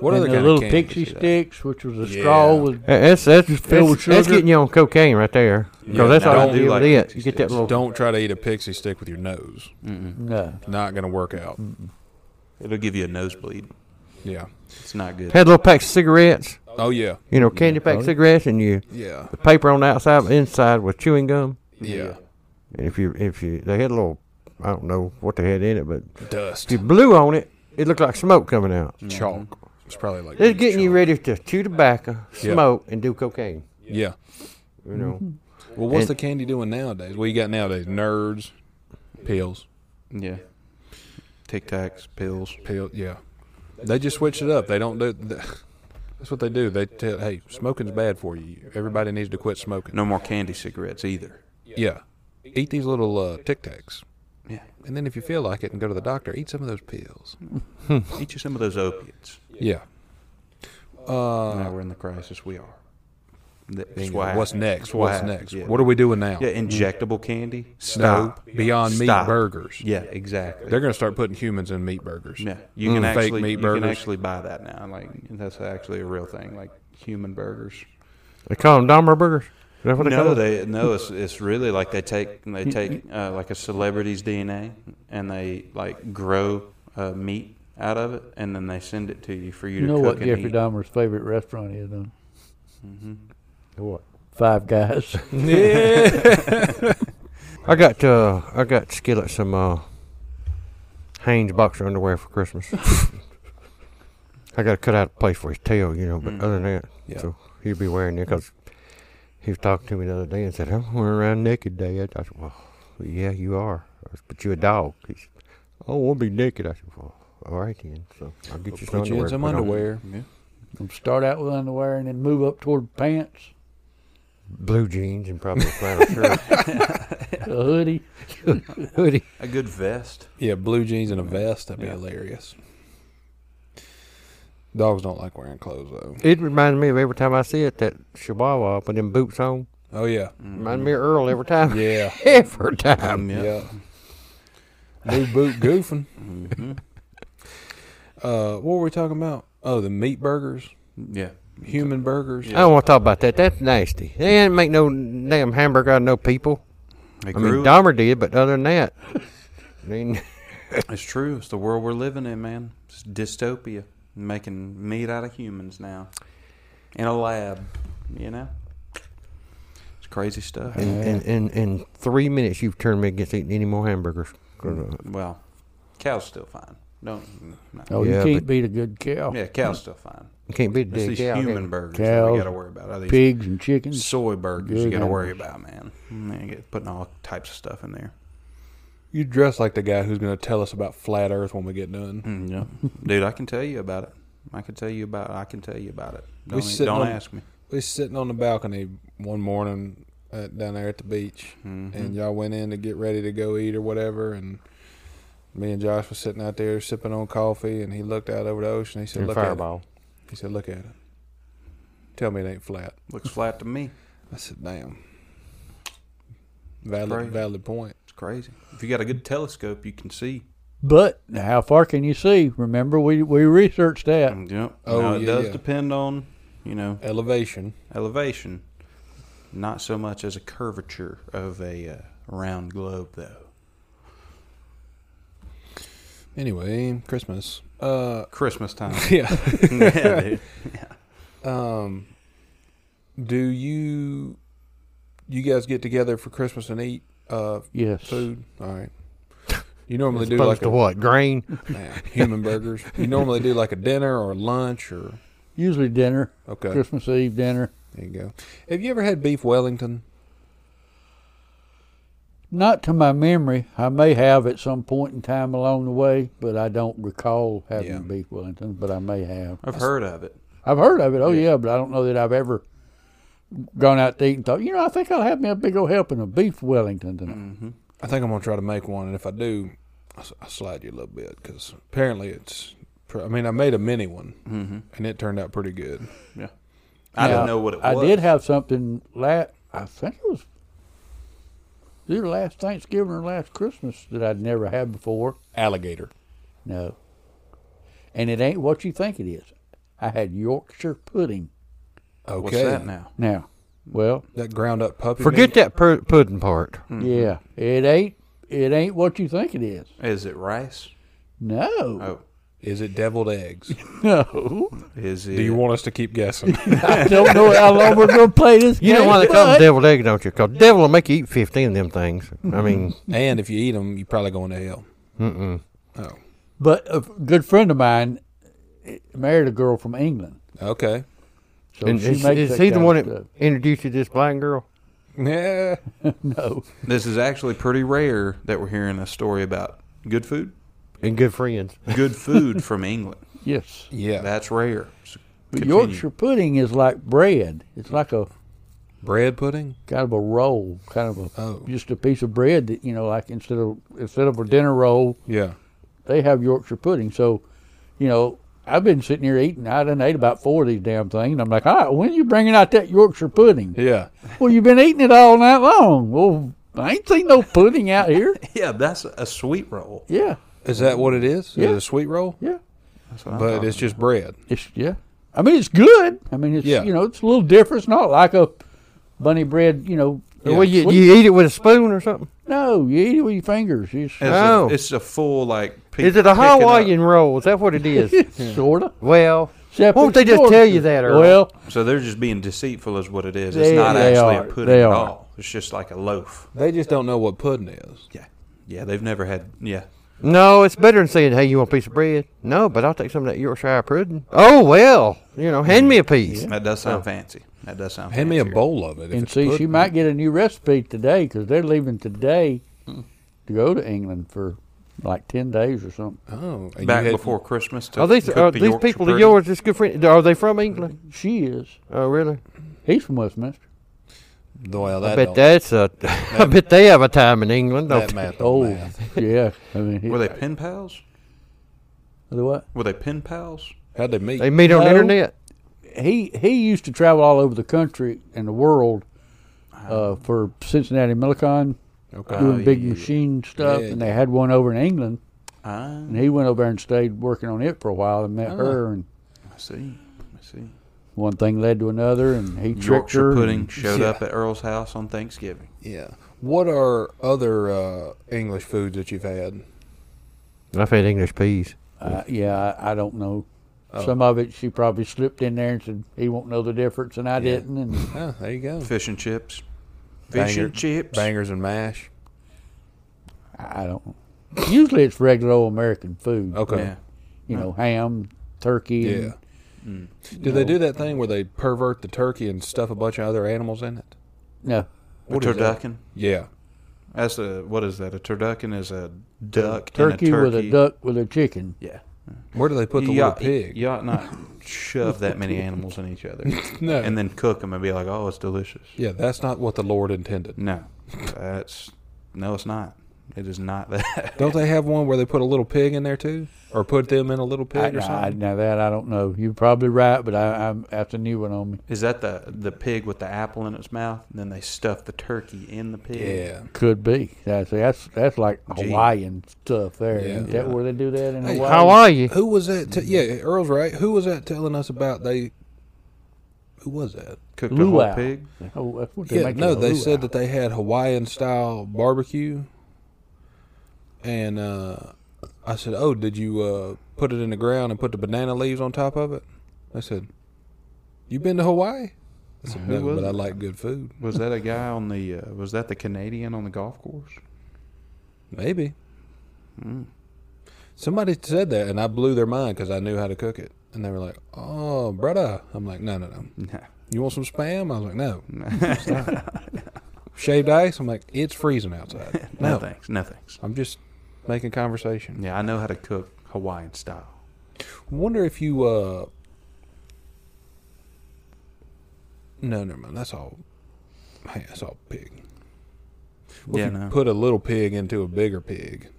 S1: What
S3: and
S1: other
S3: the
S1: kind
S3: little
S1: of candy?
S3: pixie
S4: is that?
S3: sticks, which was a
S1: Yeah.
S3: straw with
S2: that's that's, that's,
S3: filled with
S2: that's
S3: sugar.
S2: getting you on cocaine right there. 'Cause
S1: Yeah,
S2: that's
S1: no,
S2: all
S1: I
S2: I
S4: do
S2: do
S4: like
S2: with it.
S4: pixie
S2: You get that
S4: sticks.
S2: little
S1: Don't try to eat a pixie stick with your nose.
S3: no.
S1: Not gonna work out.
S4: It'll give you a nosebleed.
S1: Yeah.
S4: It's not good.
S2: had little pack of cigarettes,
S1: Oh yeah.
S2: you know, candy pack
S3: Oh, yeah.
S2: cigarettes, and you
S1: Yeah.
S2: the paper on the outside, but inside was chewing gum.
S1: Yeah.
S2: And if you if you they had a little, I don't know what they had in it, but
S1: Dust.
S2: if you blew on it, it looked like smoke coming out.
S4: Mm-hmm.
S1: Chalk. It's probably like
S2: It's getting you ready to chew tobacco,
S1: Yeah.
S2: smoke, and do cocaine.
S1: Yeah.
S2: You know.
S3: Mm-hmm.
S1: Well, what's
S2: And-
S1: the candy doing nowadays? What you got nowadays? Nerds, pills,
S4: Yeah. Tic Tacs, pills.
S1: pill. Yeah, they just switch it up. They don't do. That's what they do. They tell, hey, smoking's bad for you. Everybody needs to quit smoking.
S4: No more candy cigarettes either.
S1: Yeah, eat these little uh, Tic Tacs,
S4: Yeah.
S1: and then if you feel like it and go to the doctor, eat some of those pills.
S4: Eat you some of those opiates.
S1: Yeah. Uh,
S4: now we're in the crisis we are. That's
S1: Bingo.
S4: why-
S1: What's next?
S4: that's
S1: What's
S4: why-
S1: next?
S4: yeah.
S1: What are we doing now?
S4: Yeah, injectable candy.
S1: No,
S4: Stop.
S1: Beyond Meat
S4: Stop.
S1: burgers.
S4: Yeah, exactly.
S1: They're going to start putting humans in meat burgers.
S4: yeah, you can
S1: Mm. Fake
S4: actually
S1: meat
S4: you
S1: burgers.
S4: can actually buy that now. Like that's actually a real thing. Like human burgers.
S2: They call them Dahmer burgers. Is that what they
S4: no,
S2: call them?
S4: they no. It's it's really like they take they
S3: Mm-hmm.
S4: take uh, like a celebrity's DNA and they like grow uh, meat out of it and then they send it to you for you
S3: You
S4: to
S3: know
S4: cook
S3: what
S4: and
S3: Jeffrey
S4: eat. Mm-hmm.
S3: Dahmer's favorite restaurant is? Huh?
S2: What?
S3: Five Guys.
S2: I got uh, I got Skillet some uh, Hanes boxer underwear for Christmas. I got to cut out a place for his tail, you know. But
S4: Mm.
S2: other than that,
S1: Yeah.
S2: so he'll be wearing it because he was talking to me the other day and said, "I'm wearing around naked, Dad." I said, "Well, yeah, you are, I said, but you a dog." He said, "I want to be naked." I said, "Well, all right then." So I'll get you some
S1: Put you
S2: underwear.
S1: in some
S2: put on."
S1: underwear.
S4: Yeah.
S3: Start out with underwear and then move up toward pants,
S2: blue jeans, and probably a flannel shirt,
S3: a hoodie.
S2: hoodie.
S4: A good vest.
S1: Yeah, blue jeans and a vest. That'd be
S4: Yeah.
S1: hilarious. Dogs don't like wearing clothes though.
S2: It reminded me of every time I see it that Chihuahua put them boots on.
S1: Oh yeah,
S2: Reminded me of Earl every time.
S1: yeah,
S2: Every time.
S4: Yeah.
S1: yeah. New boot goofing.
S4: Mm-hmm.
S1: Uh, what were we talking about? Oh, the meat burgers,
S4: Yeah.
S1: human burgers.
S2: I don't want to talk about that. That's nasty. They didn't make no damn hamburger out of no people.
S4: They
S2: I mean,
S4: grew
S2: Dahmer did, but other than that, I mean,
S4: It's true. It's the world we're living in, man. It's dystopia. Making meat out of humans now. In a lab, you know? It's crazy stuff.
S2: in, in, in, in three minutes, you've turned me against eating any more hamburgers. 'Cause, uh,
S4: Well, cow's still fine. Don't. no.
S3: Oh,
S2: Yeah,
S3: you can't
S2: but-
S3: beat a good
S1: Oh,
S3: cow.
S4: Yeah, cow's still fine.
S2: You can't be a
S4: It's
S2: dead
S4: these
S2: cow, can
S4: human
S2: you?
S4: burgers that we
S3: Cows,
S4: got to worry about. Are these
S3: Pigs and chickens.
S4: soy burgers you got
S3: Good
S4: to
S3: animals.
S4: worry about, man? And They get putting all types of stuff in there.
S1: You dress like the guy who's going to tell us about flat Earth when we get done.
S4: Mm, yeah. Dude, I can tell you about it. I can tell you about. I can tell you about it. Don't,
S1: sitting
S4: don't
S1: on-
S4: ask me.
S1: We was sitting on the balcony one morning at, down there at the beach,
S4: Mhm.
S1: and y'all went in to get ready to go eat or whatever, and me and Josh was sitting out there sipping on coffee, and he looked out over the ocean. He said,
S2: and
S1: "Look at
S2: fireball.
S1: it." He said, "Look at it. Tell me it ain't flat."
S4: Looks flat to me.
S1: I said, "Damn." Valid,
S4: Crazy.
S1: valid point.
S4: It's crazy. If you got a good telescope, you can see.
S3: But how far can you see? Remember, we, we researched that.
S4: Yep.
S1: Oh,
S4: Mm, now, it
S1: yeah,
S4: does
S1: yeah.
S4: depend on, you know,
S1: Elevation.
S4: elevation. Not so much as a curvature of a uh, round globe, though.
S1: Anyway, Christmas. Uh,
S4: Christmas time.
S1: yeah.
S4: yeah, dude.
S1: Um, do you you guys get together for Christmas and eat uh,
S3: Yes.
S1: food? All right. You normally
S2: As
S1: do like
S2: opposed
S1: a
S2: to what? Grain?
S1: man, human burgers. You normally do like a dinner or lunch or
S3: Usually dinner,
S1: okay.
S3: Christmas Eve dinner.
S1: There you go. Have you ever had beef Wellington?
S3: Not to my memory. I may have at some point in time along the way, but I don't recall having
S1: Yeah.
S3: beef Wellington. But I may have.
S4: I've heard of it.
S3: I've heard of it. Oh
S4: Yeah.
S3: yeah, but I don't know that I've ever gone out to eat and thought, you know, I think I'll have me a big old helping of beef Wellington tonight.
S4: hmm
S1: I think I'm gonna try to make one, and if I do, I s- I slide you a little bit because apparently it's. pr- I mean, I made a mini one,
S4: hmm
S1: and it turned out pretty good.
S4: I
S3: Now,
S4: don't know what it
S3: I
S4: was.
S3: did have something last. I think it was either last Thanksgiving or last Christmas that I'd never had before.
S1: Alligator.
S3: No. And it ain't what you think it is. I had Yorkshire pudding.
S1: Okay.
S4: What's that now?
S3: Now, well,
S1: That ground up puppy.
S2: Forget
S1: meat?
S2: that per- pudding part.
S4: Mm-hmm.
S3: yeah, it ain't it ain't what you think it is.
S4: Is it rice?
S3: No,
S4: Oh,
S1: Is it deviled eggs?
S3: no.
S4: is it?
S1: Do you want us to keep guessing?
S3: I don't know how long we're gonna play this.
S2: You
S3: game,
S2: know why they call them
S3: but
S2: deviled egg, don't you? 'Cause devil will make you eat 15 of them things. I mean,
S1: and if you eat them, you're probably going to hell.
S2: mm-mm.
S1: Oh,
S3: But a good friend of mine married a girl from England,
S1: okay.
S3: so
S2: And
S3: she
S2: is,
S3: makes
S2: is
S3: that
S2: he the
S3: kind
S2: one
S3: of
S2: that introduced you to this blind girl?
S1: Yeah.
S3: stuff. No,
S4: This is actually pretty rare that we're hearing a story about good food.
S2: And good friends.
S4: Good food from England.
S3: yes.
S1: Yeah.
S4: That's rare. So
S3: But
S4: continue.
S3: Yorkshire pudding is like bread. It's like a
S1: Bread pudding?
S3: kind of a roll, kind of a
S1: Oh.
S3: just a piece of bread that you know, like instead of instead of a dinner roll,
S1: Yeah.
S3: they have Yorkshire pudding. So, you know, I've been sitting here eating. I done ate about four of these damn things. And I'm like, all right, when are you bringing out that Yorkshire pudding?
S1: Yeah.
S3: well, you've been eating it all night long. Well, I ain't seen no pudding out here.
S4: Yeah, that's a sweet roll.
S3: Yeah,
S1: Is that what it is? Is
S3: Yeah.
S1: it a sweet roll?
S3: yeah,
S4: That's what I'm
S1: But
S4: talking
S1: it's just bread.
S3: it's yeah. I mean, it's good. I mean, it's
S1: Yeah.
S3: you know, it's a little different. It's not like a bunny bread. You know,
S2: Well, you, you eat it with a spoon or something?
S3: no, you eat it with your fingers. You
S4: It's,
S2: Oh.
S4: a, it's a full like. pick-
S2: Is it a
S4: pick up.
S2: Hawaiian roll? Is that what it is?
S3: sort of.
S2: well, won't they just tell you that, Earl?
S3: Well,
S4: So they're just being deceitful, is what it is.
S3: They-
S4: it's not
S3: they
S4: actually
S3: are.
S4: a pudding
S3: They
S4: at
S3: are.
S4: all. It's just like a loaf.
S1: They just don't know what pudding is.
S4: Yeah, yeah. They've never had. Yeah,
S2: no, it's better than saying, hey, you want a piece of bread? No, but I'll take some of that Yorkshire pudding. Oh, well, you know, hand me a piece.
S4: that does sound fancy. That does sound.
S1: Hand me a
S4: fancier.
S1: bowl of it. if
S3: and
S1: it's
S3: see, she
S1: pudding.
S3: might get a new recipe today because they're leaving today
S1: Hmm.
S3: to go to England for like ten days or something.
S1: Oh, and you
S4: Back
S1: had-
S4: before Christmas. To
S2: Are these,
S4: cook
S2: are
S4: the
S2: these
S4: Yorkshire
S2: people of
S4: pudding?
S2: yours, this good friend, are they from England?
S3: She is.
S2: Oh, really?
S3: He's from Westminster.
S1: Well, that
S2: I bet
S1: don't-
S2: that's a. I bet they have a time in England.
S1: that
S2: don't they?
S1: math.
S3: Oh,
S1: Oh, math.
S3: yeah. I mean, he,
S4: Were they pen pals?
S3: the what?
S4: Were they pen pals?
S1: How'd they meet?
S2: They meet on the
S3: No.
S2: internet.
S3: He he used to travel all over the country and the world uh, for Cincinnati Millicon,
S1: okay.
S4: Oh,
S3: doing big
S4: yeah, yeah.
S3: machine stuff,
S1: Yeah,
S3: and
S1: yeah.
S3: they had one over in England.
S4: Ah,
S3: And he went over there and stayed working on it for a while and met
S1: Ah.
S3: her, and
S4: I see. I see.
S3: one thing led to another, and he tricked her.
S4: Yorkshire
S3: and-
S4: pudding showed
S1: Yeah.
S4: up at Earl's house on Thanksgiving.
S1: yeah. What are other uh, English foods that you've had?
S2: I've had English peas.
S3: Uh, yeah, I, I don't know.
S1: Oh.
S3: Some of it she probably slipped in there and said he won't know the difference, and I didn't. And
S1: Oh, there you go.
S4: Fish and chips. Fish
S1: Banger-
S4: and chips.
S1: Bangers and mash.
S3: I I don't. Usually it's regular old American food.
S1: Okay.
S4: Yeah.
S3: You know, ham, turkey.
S1: Yeah. Mm.
S3: Yeah.
S1: Do they do that thing where they pervert the turkey and stuff a bunch of other animals in it?
S3: no.
S4: A
S1: is that?
S4: turducken.
S1: Yeah.
S4: That's a what is that? A turducken is a duck. and a
S3: Turkey, with a
S4: turkey.
S3: duck with a chicken.
S4: Yeah.
S1: Where do they put the
S4: you,
S1: little
S4: ought,
S1: pig?
S4: you ought not shove that many animals in each other
S1: No.
S4: and then cook them and be like, oh, it's delicious.
S1: yeah, that's not what the Lord intended.
S4: No, that's no, it's not. It is not that.
S1: Don't they have one where they put a little pig in there too, or put them in a little
S3: I,
S1: pig or
S3: I-
S1: something?
S3: now that I don't know. You're probably right, but I, I'm that's a new one on me.
S4: Is that the the pig with the apple in its mouth? And then they stuff the turkey in the pig.
S1: yeah.
S3: Could be. That's that's that's like
S4: Gee.
S3: Hawaiian stuff there.
S1: Yeah.
S3: Ain't that where they do that in
S1: Hey,
S3: Hawaii?
S2: How are you?
S1: Who was that? T- yeah, Earl's right. Who was that telling us about they? Who was that?
S4: Cooked a
S3: Luau.
S4: whole pig.
S3: Oh, that's what they
S1: Yeah,
S3: make
S1: no,
S3: it a
S1: they
S3: luau.
S1: said that they had Hawaiian style barbecue, and uh, I said, "Oh, did you uh, put it in the ground and put the banana leaves on top of it?" They said, "You been to Hawaii?" I said,
S4: Who
S1: "No,
S4: was
S1: but I
S4: it?"
S1: like good food.
S4: Was that a guy on the? Uh, was that the Canadian on the golf course?
S1: Maybe."
S3: Hmm.
S1: Somebody said that, and I blew their mind because I knew how to cook it, and they were like, "Oh, brother," I'm like, "No, no, no."
S4: Nah.
S1: You want some spam? I was like, no. it's not. Shaved ice? I'm like, it's freezing outside.
S4: No,
S1: No,
S4: thanks. No thanks.
S1: I'm just making conversation.
S4: Yeah, I know how to cook Hawaiian style.
S1: Wonder if you. uh No, never mind. That's all. Hey, that's all pig. What
S4: yeah,
S1: if you
S4: no.
S1: put a little pig into a bigger pig?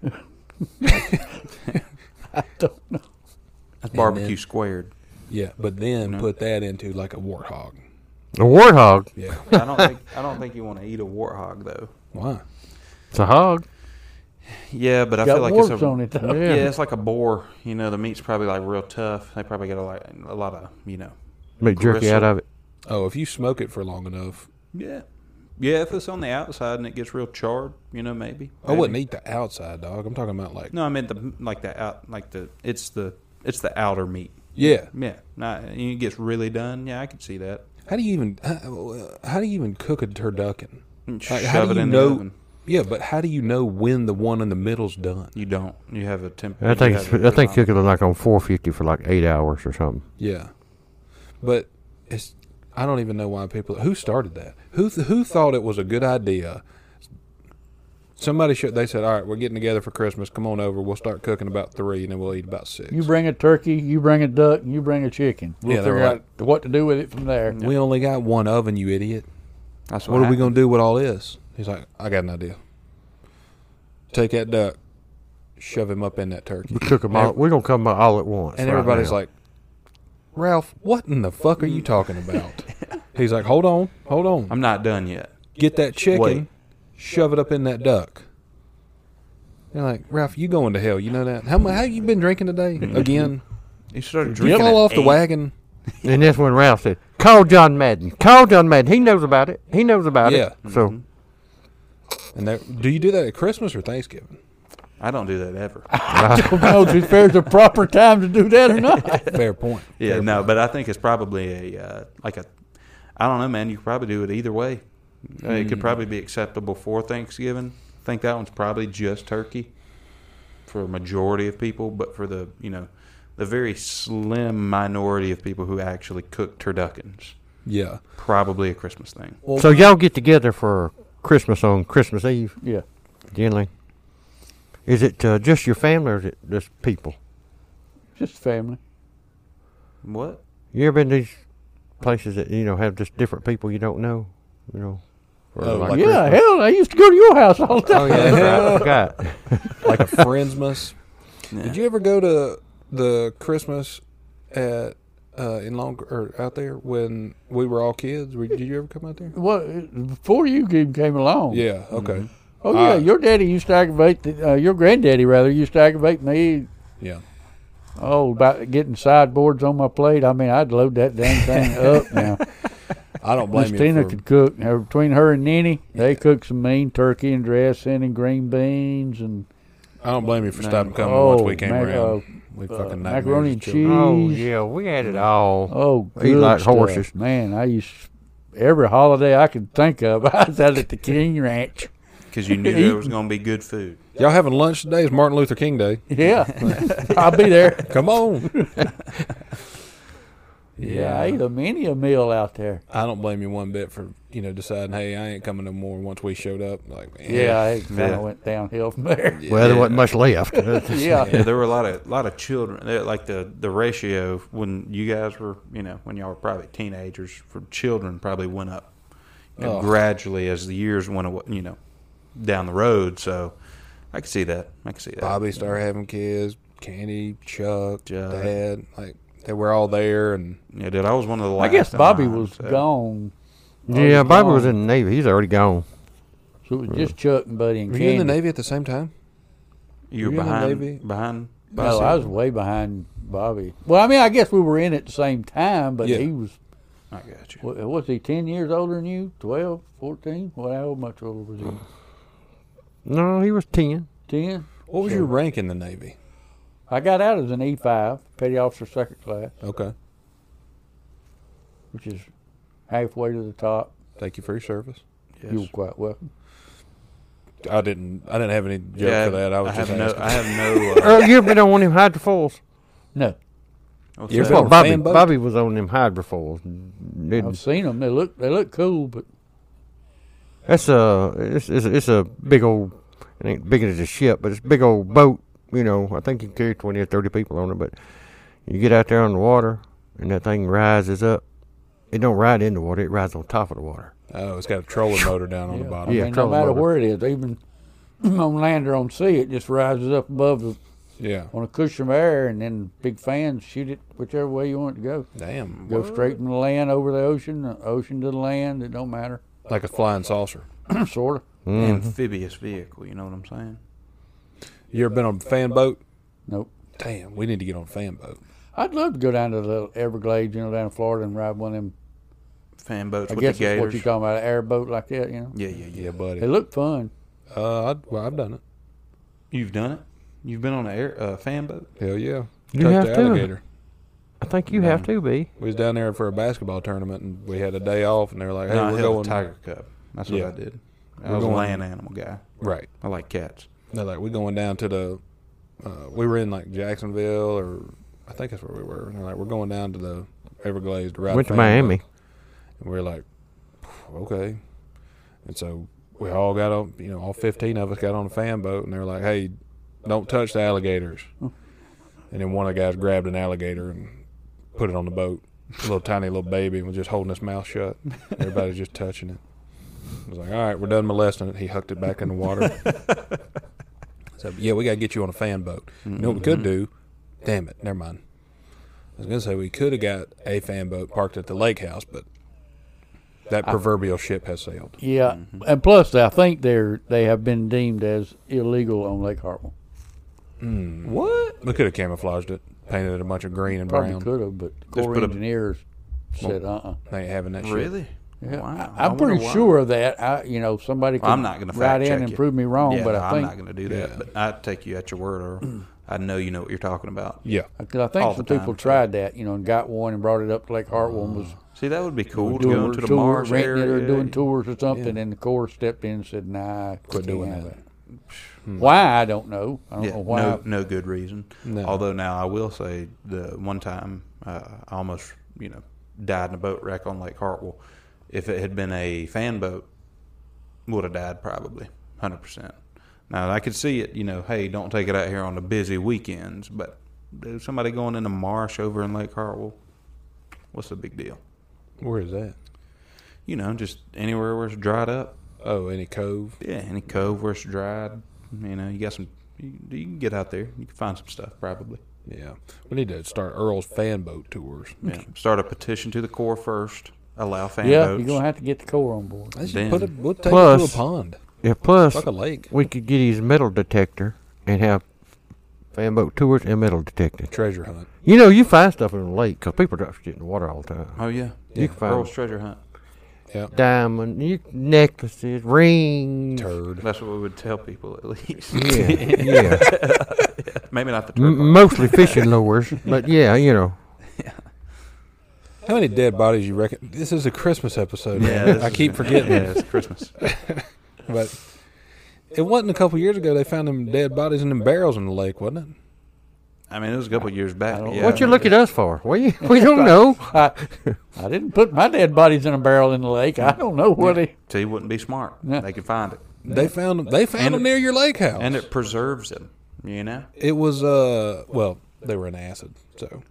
S4: That's
S1: and
S4: barbecue
S1: then-
S4: squared.
S1: Yeah, but then
S4: No.
S1: put that into like a warthog.
S2: A warthog.
S1: Yeah.
S4: I don't think I don't think you want to eat a warthog though.
S1: Why?
S2: It's a hog.
S4: Yeah, but I
S3: got
S4: feel like
S3: warts
S4: it's a
S3: on it though.
S4: yeah. it's like a boar. You know, the meat's probably like real tough. They probably get a lot, a lot of you know.
S2: Make jerky
S4: Gristle.
S2: out of it.
S1: Oh, if you smoke it for long enough,
S4: Yeah, yeah. If it's on the outside and it gets real charred, you know, maybe.
S1: I wouldn't eat the outside dog. I'm talking about like.
S4: No, I meant the like the out like the it's the it's the outer meat.
S1: Yeah.
S4: Yeah, not, and it gets really done. Yeah, I could see that.
S1: How do you even how, how do you even cook a turducken?
S4: And
S1: Like,
S4: shove
S1: how do
S4: it
S1: you
S4: in
S1: know-
S4: the oven.
S1: Yeah, but how do you know when the one in the middle's done?
S4: You don't. You have a temp.
S2: I think
S4: you
S2: it's,
S4: have a
S2: I think
S4: thermometer.
S2: cooking it like on 450 for like eight hours or something.
S1: Yeah, but it's I don't even know why people who started that who th- who thought it was a good idea. Somebody should they said, all right, we're getting together for Christmas. Come on over. We'll start cooking about three, and then we'll eat about six.
S3: You bring a turkey, you bring a duck, and you bring a chicken. We'll
S1: Yeah, they're
S3: figure
S1: right.
S3: out what to do with it from there.
S1: we only got one oven, you idiot.
S4: That's
S1: What are we gonna do with all this? He's like, I got an idea. Take that duck, shove him up in that turkey.
S2: We cook 'em all. We're gonna come all at once.
S1: And
S2: right
S1: everybody's
S2: now.
S1: like, Ralph, what in the fuck are you talking about? He's like, hold on, hold on.
S4: I'm not done yet.
S1: Get that chicken,
S4: Wait.
S1: shove it up in that duck. They're like, Ralph, you going to hell. You know that? How, mu- how you been drinking today? Again?
S4: You started
S1: Did you
S4: drinking.
S1: fall
S4: at
S1: off the
S4: eight.
S1: wagon?
S2: and that's when Ralph said, "Call John Madden. Call John Madden. He knows about it. He knows about it."
S1: Yeah.
S2: So
S1: And they do you do that at Christmas or Thanksgiving?
S4: I don't do that ever.
S3: I don't know if there's a proper time to do that or not.
S1: Fair point.
S4: Yeah,
S1: Fair
S4: no,
S1: point.
S4: but I think it's probably a uh, like a I don't know, man. You could probably do it either way. Uh, It could probably be acceptable for Thanksgiving. I think that one's probably just turkey for a majority of people, but for the you know the very slim minority of people who actually cook turduckens,
S1: Yeah.
S4: probably a Christmas thing.
S2: so y'all get together for Christmas on Christmas Eve
S3: Yeah.
S2: generally. Is it uh, just your family or is it just people?
S3: Just family.
S4: What?
S2: You ever been to these places that you know have just different people you don't know? You know. for
S1: Oh, like-
S3: yeah,
S2: Christmas?
S3: hell, I used to go to your house all the time.
S1: Oh, yeah.
S2: I forgot.
S1: like a Friendsmas.
S4: Yeah.
S1: Did you ever go to the Christmas at uh, in long or out there when we were all kids? Were, did you ever come out there?
S3: What before you came came along?
S1: Yeah.
S4: Mm-hmm.
S1: Okay.
S3: Oh yeah,
S1: Uh,
S3: your daddy used to aggravate the, uh, your granddaddy rather used to aggravate me.
S1: Yeah.
S3: Oh, about getting sideboards on my plate. I mean, I'd load that damn thing up now.
S1: I don't blame
S3: Christina
S1: you. For,
S3: could cook. Now, between her and Nini, they cook some mean turkey and dressing and green beans and
S1: I don't blame you for
S4: No.
S1: stopping coming
S3: oh,
S1: once we came
S3: mac-
S1: around.
S3: uh,
S1: we
S3: uh,
S1: fucking nightmares
S3: macaroni
S1: as
S3: and
S1: children.
S3: cheese.
S2: oh yeah, we had it all.
S3: Oh,
S2: He
S3: good
S2: liked
S3: stuff.
S2: horses.
S3: Man, I used every holiday I could think of. I was out at the King Ranch.
S4: Because you knew there was going to be good food.
S1: Y'all having lunch today? Is Martin Luther King Day?
S3: Yeah, I'll be there.
S1: Come on.
S3: Yeah, I ate a many a meal out there.
S1: I don't blame you one bit for you know deciding, hey, I ain't coming no more. Once we showed up, like, man,
S3: Yeah, I kind of
S4: Yeah.
S3: went downhill from there.
S2: Well, there wasn't much left. yeah.
S3: yeah.
S4: Yeah, there were a lot of lot of children. There, like the the ratio when you guys were, you know, when y'all were probably teenagers, for children probably went up you know,
S1: Oh.
S4: gradually as the years went, away, you know, down the road. So I could see that. I could see that.
S1: Bobby started having kids, Candy, Chuck,
S4: Chuck.
S1: Dad, like they were all there, and
S4: Yeah, dude, I was one of the
S3: I
S4: last. uh,
S3: guess
S4: in
S3: Bobby
S4: line,
S3: was
S4: so-
S3: gone.
S2: yeah,
S3: Already
S2: Bobby was
S3: gone.
S2: in the Navy. He's already gone.
S3: So it was just Chuck and Buddy and
S1: were
S3: Candy.
S1: you in the Navy at the same time?
S4: You were
S1: Were you in the
S4: behind,
S1: Navy?
S4: behind.
S3: No, I was way behind Bobby. Well, I mean, I guess we were in at the same time, but
S1: Yeah.
S3: he was,
S4: I got you.
S3: wa- was he 10 years older than you? 12, 14? Well, how much older was
S2: No, he was 10.
S3: he? 10?
S1: What was your rank in the Navy?
S3: I got out as an E5, Petty Officer Second Class,
S1: Okay,
S3: which is halfway to the top.
S1: thank you for your service.
S4: Yes.
S3: You were quite welcome.
S1: I didn't, I didn't have any joke
S4: Yeah,
S1: for that. I was just
S4: have no.
S1: asking.
S4: I have no. Uh,
S2: Earl, you ever been on one of them hydrofoils?
S3: No,
S4: what's
S1: You're
S4: that?
S1: from-
S2: Well, Bobby,
S1: fan boat?
S2: Bobby was on them hydrofoils. Didn't-
S3: I've seen them. They look, they look cool, but
S2: That's a it's, it's a it's a big old it ain't bigger than a ship, but it's a big old boat. You know, I think you can carry twenty or thirty people on it. But you get out there on the water, and that thing rises up. It don't ride in the water; it rides on top of the water.
S1: oh, it's got a trolling motor down on the bottom.
S2: Yeah,
S3: I mean, no
S2: trolling
S3: matter
S2: motor.
S3: where it is, even on land or on sea, it just rises up above the,
S1: Yeah.
S3: on a cushion of air, and then big fans shoot it whichever way you want it to go.
S1: Damn.
S3: Go straight from the land over the ocean, the ocean to the land. It don't matter,
S1: Like a flying saucer.
S3: sort of.
S4: amphibious vehicle. You know what I'm saying?
S1: You ever been on a fan boat?
S3: Nope.
S1: Damn, we need to get on a fan boat.
S3: I'd love to go down to the Everglades, you know, down in Florida and ride one of them.
S4: Fan boats
S3: I
S4: with
S3: guess
S4: the
S3: that's
S4: gators.
S3: what you're talking about, an airboat like that, you know.
S4: yeah, yeah, yeah.
S1: Yeah, buddy.
S3: They look fun.
S1: Uh, I'd, well, I've done it.
S4: You've done it. You've been on an air uh, fan boat.
S1: Hell yeah.
S2: You
S1: Tucked
S2: have
S1: the
S2: to.
S1: alligator.
S2: I think you have to be.
S1: We was down there for a basketball tournament, and we had a day off, and they were like, "Hey,
S4: no, I
S1: we're
S4: held
S1: going
S4: a tiger cub. That's
S1: Yeah.
S4: what I did. I
S1: We're
S4: was a
S1: going-
S4: land animal guy.
S1: Right.
S4: I like cats.
S1: They're like, "We're going down to the." Uh, we were in like Jacksonville, or I think that's where we were. And they're like, "We're going down to the Everglades to ride."
S2: Went
S1: a
S2: to
S1: fan boat."
S2: Miami.
S1: And we are like, "Okay," and so we all got on. You know, all fifteen of us got on a fan boat, and they're like, "Hey, don't touch the alligators." And then one of the guys grabbed an alligator and put it on the boat. A little tiny little baby and was just holding its mouth shut. Everybody's just touching it. I was like, all right, we're done molesting it. He hucked it back in the water. so, yeah, we got to get you on a fan boat. You know what we could do? Damn it, never mind. I was going to say we could have got a fan boat parked at the lake house, but that proverbial ship has sailed.
S3: Yeah,
S4: Mm-hmm.
S3: and plus, I think they're they have been deemed as illegal on Lake Hartwell.
S4: Hmm.
S1: What? We could have camouflaged it, painted it a bunch of green and
S3: Probably
S1: brown.
S3: could have, but Corps
S4: put a-
S3: engineers said, "Uh, uh
S1: They ain't having that shit.
S4: Really?
S3: Yeah,
S4: Wow.
S3: I,
S4: I
S3: I'm pretty
S4: wonder why.
S3: sure of that. I, you know, somebody could
S4: Well, I'm not going to
S3: write
S4: fact
S3: in
S4: check
S3: and
S4: you.
S3: prove me wrong,
S4: Yeah,
S3: but
S4: no,
S3: I
S4: I'm
S3: think
S4: not going to do that.
S1: Yeah.
S4: But I take you at your word, Earl. I know you know what you're talking about.
S1: Yeah.
S3: Because I think
S4: All
S3: some
S4: the time,
S3: people
S4: so.
S3: tried that, you know, and got one and brought it up to Lake Hartwell and was
S4: See, that would be cool to Uh, go
S3: doing
S4: into the
S3: tour,
S4: Mars
S3: renting
S4: area.
S3: it or doing tours or something. And the Corps stepped in and said, "Nah,
S1: Quit doing
S3: can't have
S1: that.
S3: Why I don't know. I don't
S4: Hmm. Yeah,
S3: know why.
S4: no, no good reason.
S1: No.
S4: Although now I will say the one time uh, I almost you know died in a boat wreck on Lake Hartwell. If it had been a fan boat, would have died probably hundred percent. Now I could see it. You know, hey, don't take it out here on the busy weekends. But dude, somebody going in the marsh over in Lake Hartwell, what's the big deal?
S1: Where is that?
S4: You know, just anywhere where it's dried up.
S1: Oh, any cove?
S4: Yeah, any cove where it's dried. You know, you got some. You, you can get out there. You can find some stuff probably.
S1: Yeah. We need to start Earl's fan boat tours.
S4: Yeah. Start a petition to the Corps first. Allow fan
S3: yeah,
S4: votes.
S3: you're gonna have to get the Corps on board.
S1: Let's just
S4: Then-
S1: put a, we'll take it
S2: Plus-
S1: to a pond,
S2: Yeah. Plus,
S1: like a lake.
S2: we could get his metal detector and have fan boat tours and metal detecting.
S1: Treasure hunt.
S2: You know, you find stuff in the lake because people drop shit in the water all the time.
S4: oh yeah.
S2: You can find
S4: Earl's treasure hunt.
S2: diamond you, necklaces,
S1: Mm.
S2: rings.
S1: Turd.
S4: That's what we would tell people at least.
S2: Yeah, yeah.
S4: Maybe not the turd
S2: M- mostly fishing lures, but yeah, you know.
S1: How many dead bodies you reckon? This is a Christmas episode.
S4: Yeah,
S1: man.
S4: this
S1: I
S4: is-
S1: keep forgetting.
S4: Yeah, it's Christmas.
S1: But it wasn't a couple years ago they found them dead bodies in them barrels in the lake, wasn't it?
S4: I mean, it was a couple years back.
S3: don't-
S4: Yeah,
S2: what you
S4: I
S2: look at us for? We we don't know.
S3: I, I didn't put my dead bodies in a barrel in the lake. I don't know what he.
S4: T wouldn't be smart.
S3: Yeah.
S4: They could find it,
S1: They found them. They found
S4: And
S1: them
S4: it-
S1: near your lake house.
S4: and it preserves them. You know,
S1: it was uh well they were in acid so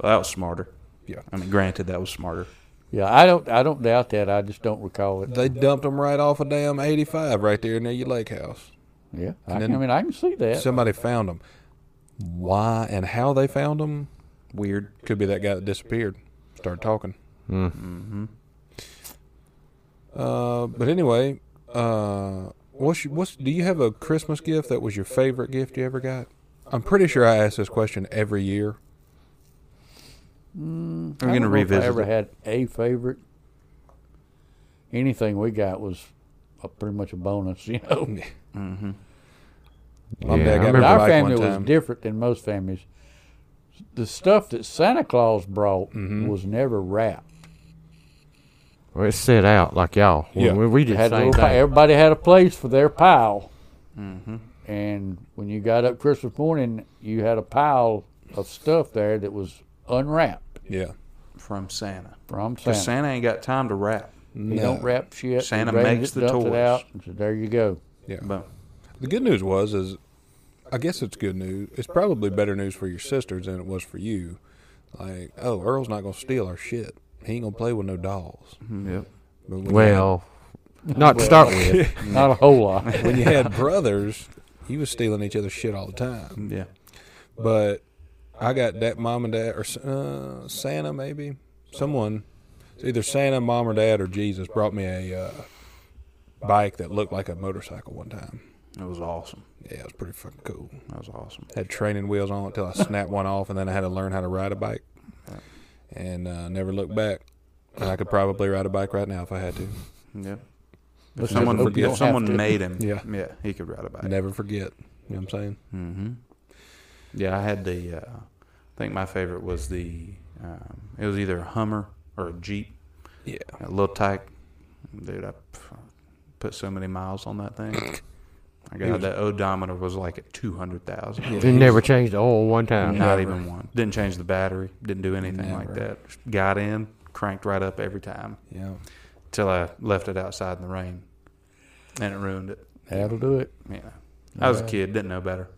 S4: well, that was smarter.
S1: yeah
S4: I mean, granted, that was smarter.
S3: Yeah, I don't. I don't doubt that. I just don't recall it.
S1: they dumped them right off of damn 85 right there near your lake house.
S3: Yeah, I,
S1: And
S3: can- I
S1: then-
S3: mean, I can see that.
S1: Somebody found them. Why and how they found them
S4: Weird.
S1: could be that guy that disappeared. Started talking. Mm. Mm-hmm. Uh, but anyway, uh, what's your, what's do you have a Christmas gift that was your favorite gift you ever got? I'm pretty sure I ask this question every year.
S4: We're
S3: I
S4: gonna
S3: don't know if
S4: revisit.
S3: I ever
S4: it.
S3: had a favorite. Anything we got was a, pretty much a bonus, you know.
S1: My
S2: Yeah,
S1: dad
S2: I
S1: got
S2: remember
S1: me a
S3: our
S1: bike
S3: family
S1: one
S3: was
S1: time.
S3: different than most families. The stuff that Santa Claus brought was never wrapped.
S2: Well, it's set out like y'all.
S1: Yeah.
S2: We, we did
S3: Had a
S2: same
S3: little pi-
S2: thing.
S3: everybody had a place for their pile. And when you got up Christmas morning, you had a pile of stuff there that was unwrapped
S1: yeah.
S4: from Santa.
S3: from Santa.
S4: Because Santa ain't got time to wrap.
S3: He don't wrap shit. He
S4: Santa
S3: brings
S4: makes
S3: it,
S4: the
S3: dumps
S4: toys.
S3: It out, and so there you go.
S1: Yeah.
S4: But
S1: The good news was is I guess it's good news. It's probably better news for your sisters than it was for you. Like, oh, Earl's not gonna steal our shit. He ain't gonna play with no dolls.
S4: yep.
S1: But when
S2: Well, not to start with.
S3: Not a whole lot.
S1: you had, when you had brothers, you was stealing each other's shit all the time.
S4: Yeah.
S1: But I got that mom and dad or uh, Santa maybe someone, it's either Santa, mom or dad or Jesus brought me a uh, bike that looked like a motorcycle one time.
S4: It was awesome.
S1: Yeah, it was pretty fucking cool.
S4: That was awesome.
S1: had training wheels on it till I snapped one off, and then I had to learn how to ride a bike, and uh, never looked back. And I could probably ride a bike right now if I had to.
S4: Yep. If
S3: Let's
S4: someone,
S3: just hope you
S4: if
S3: don't have to.
S4: someone made him,
S1: Yeah.
S4: yeah, he could ride a bike.
S1: Never forget. You know what I'm saying?
S4: Mm-hmm. Yeah, I had the. Uh, I think my favorite was the. Um, it was either a Hummer or a Jeep,
S1: Yeah.
S4: a little tyke. Dude, I p- put so many miles on that thing. I got that odometer was like at two hundred thousand.
S2: They never changed the oil one time.
S4: Not even one. Didn't change the battery. Didn't do anything like
S1: Never.
S4: that. Just Got in, cranked right up every time
S1: Yeah.
S4: till I left it outside in the rain, and it ruined it.
S3: That'll do it.
S4: Yeah, I was a kid, didn't know better.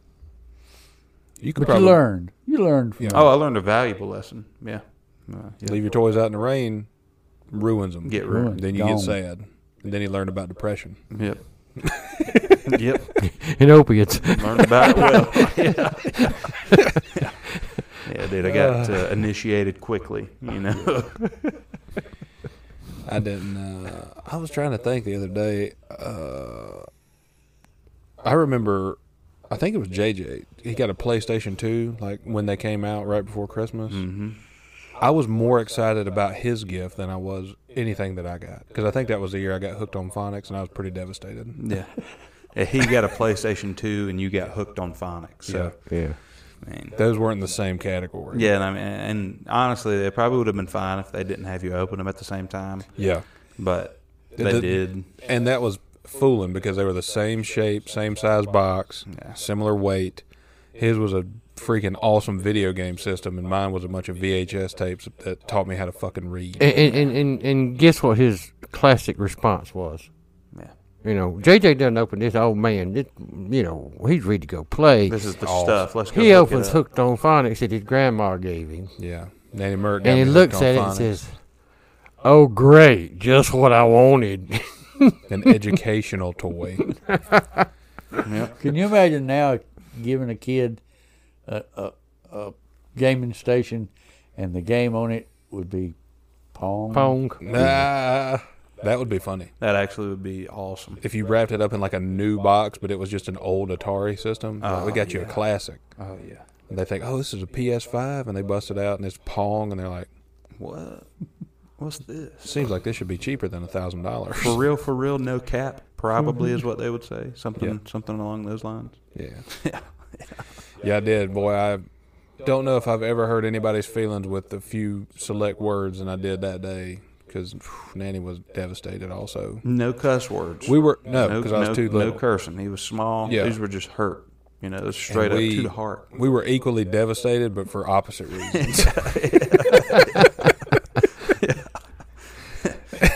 S1: You could
S3: But
S1: probably
S3: you learned. You learned. From
S1: Yeah.
S4: Oh, I learned a valuable lesson. Yeah. Uh, yeah.
S1: leave your toys out in the rain, ruins them.
S4: Get ruined.
S1: Then you
S3: Gone.
S1: get sad. And then you learn about depression.
S4: Yep. yep.
S2: And opiates.
S4: Learned about it well. yeah. yeah, dude, I got uh, initiated quickly, you know.
S1: I didn't. Uh, I was trying to think the other day. Uh, I remember. I think it was JJ. He got a PlayStation Two, like when they came out right before Christmas. Mm-hmm. I was more excited about his gift than I was anything that I got because I think that was the year I got hooked on phonics, and I was pretty devastated.
S4: yeah. Yeah, He got a PlayStation 2 and you got hooked on phonics. So,
S2: yeah.
S4: yeah. man.
S1: Those weren't in the same category.
S4: Yeah, and I mean, and honestly, it probably would have been fine if they didn't have you open them at the same time,
S1: yeah,
S4: but they
S1: The-
S4: did.
S1: and that was fooling because they were the same shape, same size box,
S4: Yeah.
S1: similar weight. His was a freaking awesome video game system, and mine was a bunch of VHS tapes that taught me how to fucking read.
S2: And, and, and, and, and guess what his classic response was?
S4: Yeah.
S2: You know, JJ doesn't open this old man. This, you know, he's ready to go play.
S4: This is the
S1: Awesome.
S4: stuff. Let's go. look
S2: He
S4: it
S2: opens
S4: up.
S2: Hooked on Phonics that his grandma gave him.
S1: Yeah, Nanny Merck. got
S2: And he
S1: me
S2: looks
S1: hooked
S2: at
S1: on
S2: it and
S1: phonics.
S2: says, Oh, great. Just what I wanted.
S1: "An educational toy."
S3: Can you imagine now giving a kid a, a, a gaming station and the game on it would be Pong?
S2: Pong.
S1: nah, that would be funny
S4: That actually would be awesome.
S1: if you wrapped it up in like a new box, but it was just an old Atari system. Like, we got you a classic.
S4: Oh yeah.
S1: And they think, "Oh, this is a PS5," and they bust it out, and it's Pong, and they're like,
S4: What? What's this?
S1: "Seems like this should be cheaper than a thousand dollars."
S4: For real, for real, no cap. Probably is what they would say. Something, something along those lines.
S1: Yeah. yeah, I did. Boy, I don't know if I've ever hurt anybody's feelings with the few select words, and I did that day because Nanny was devastated. Also,
S4: No cuss words.
S1: we were no
S4: no,
S1: because I was
S4: no-
S1: too
S4: no
S1: little.
S4: cursing. He was small.
S1: Yeah.
S4: These were just hurt. You know, it's straight up
S1: we-
S4: to the heart.
S1: We were equally devastated, but for opposite reasons.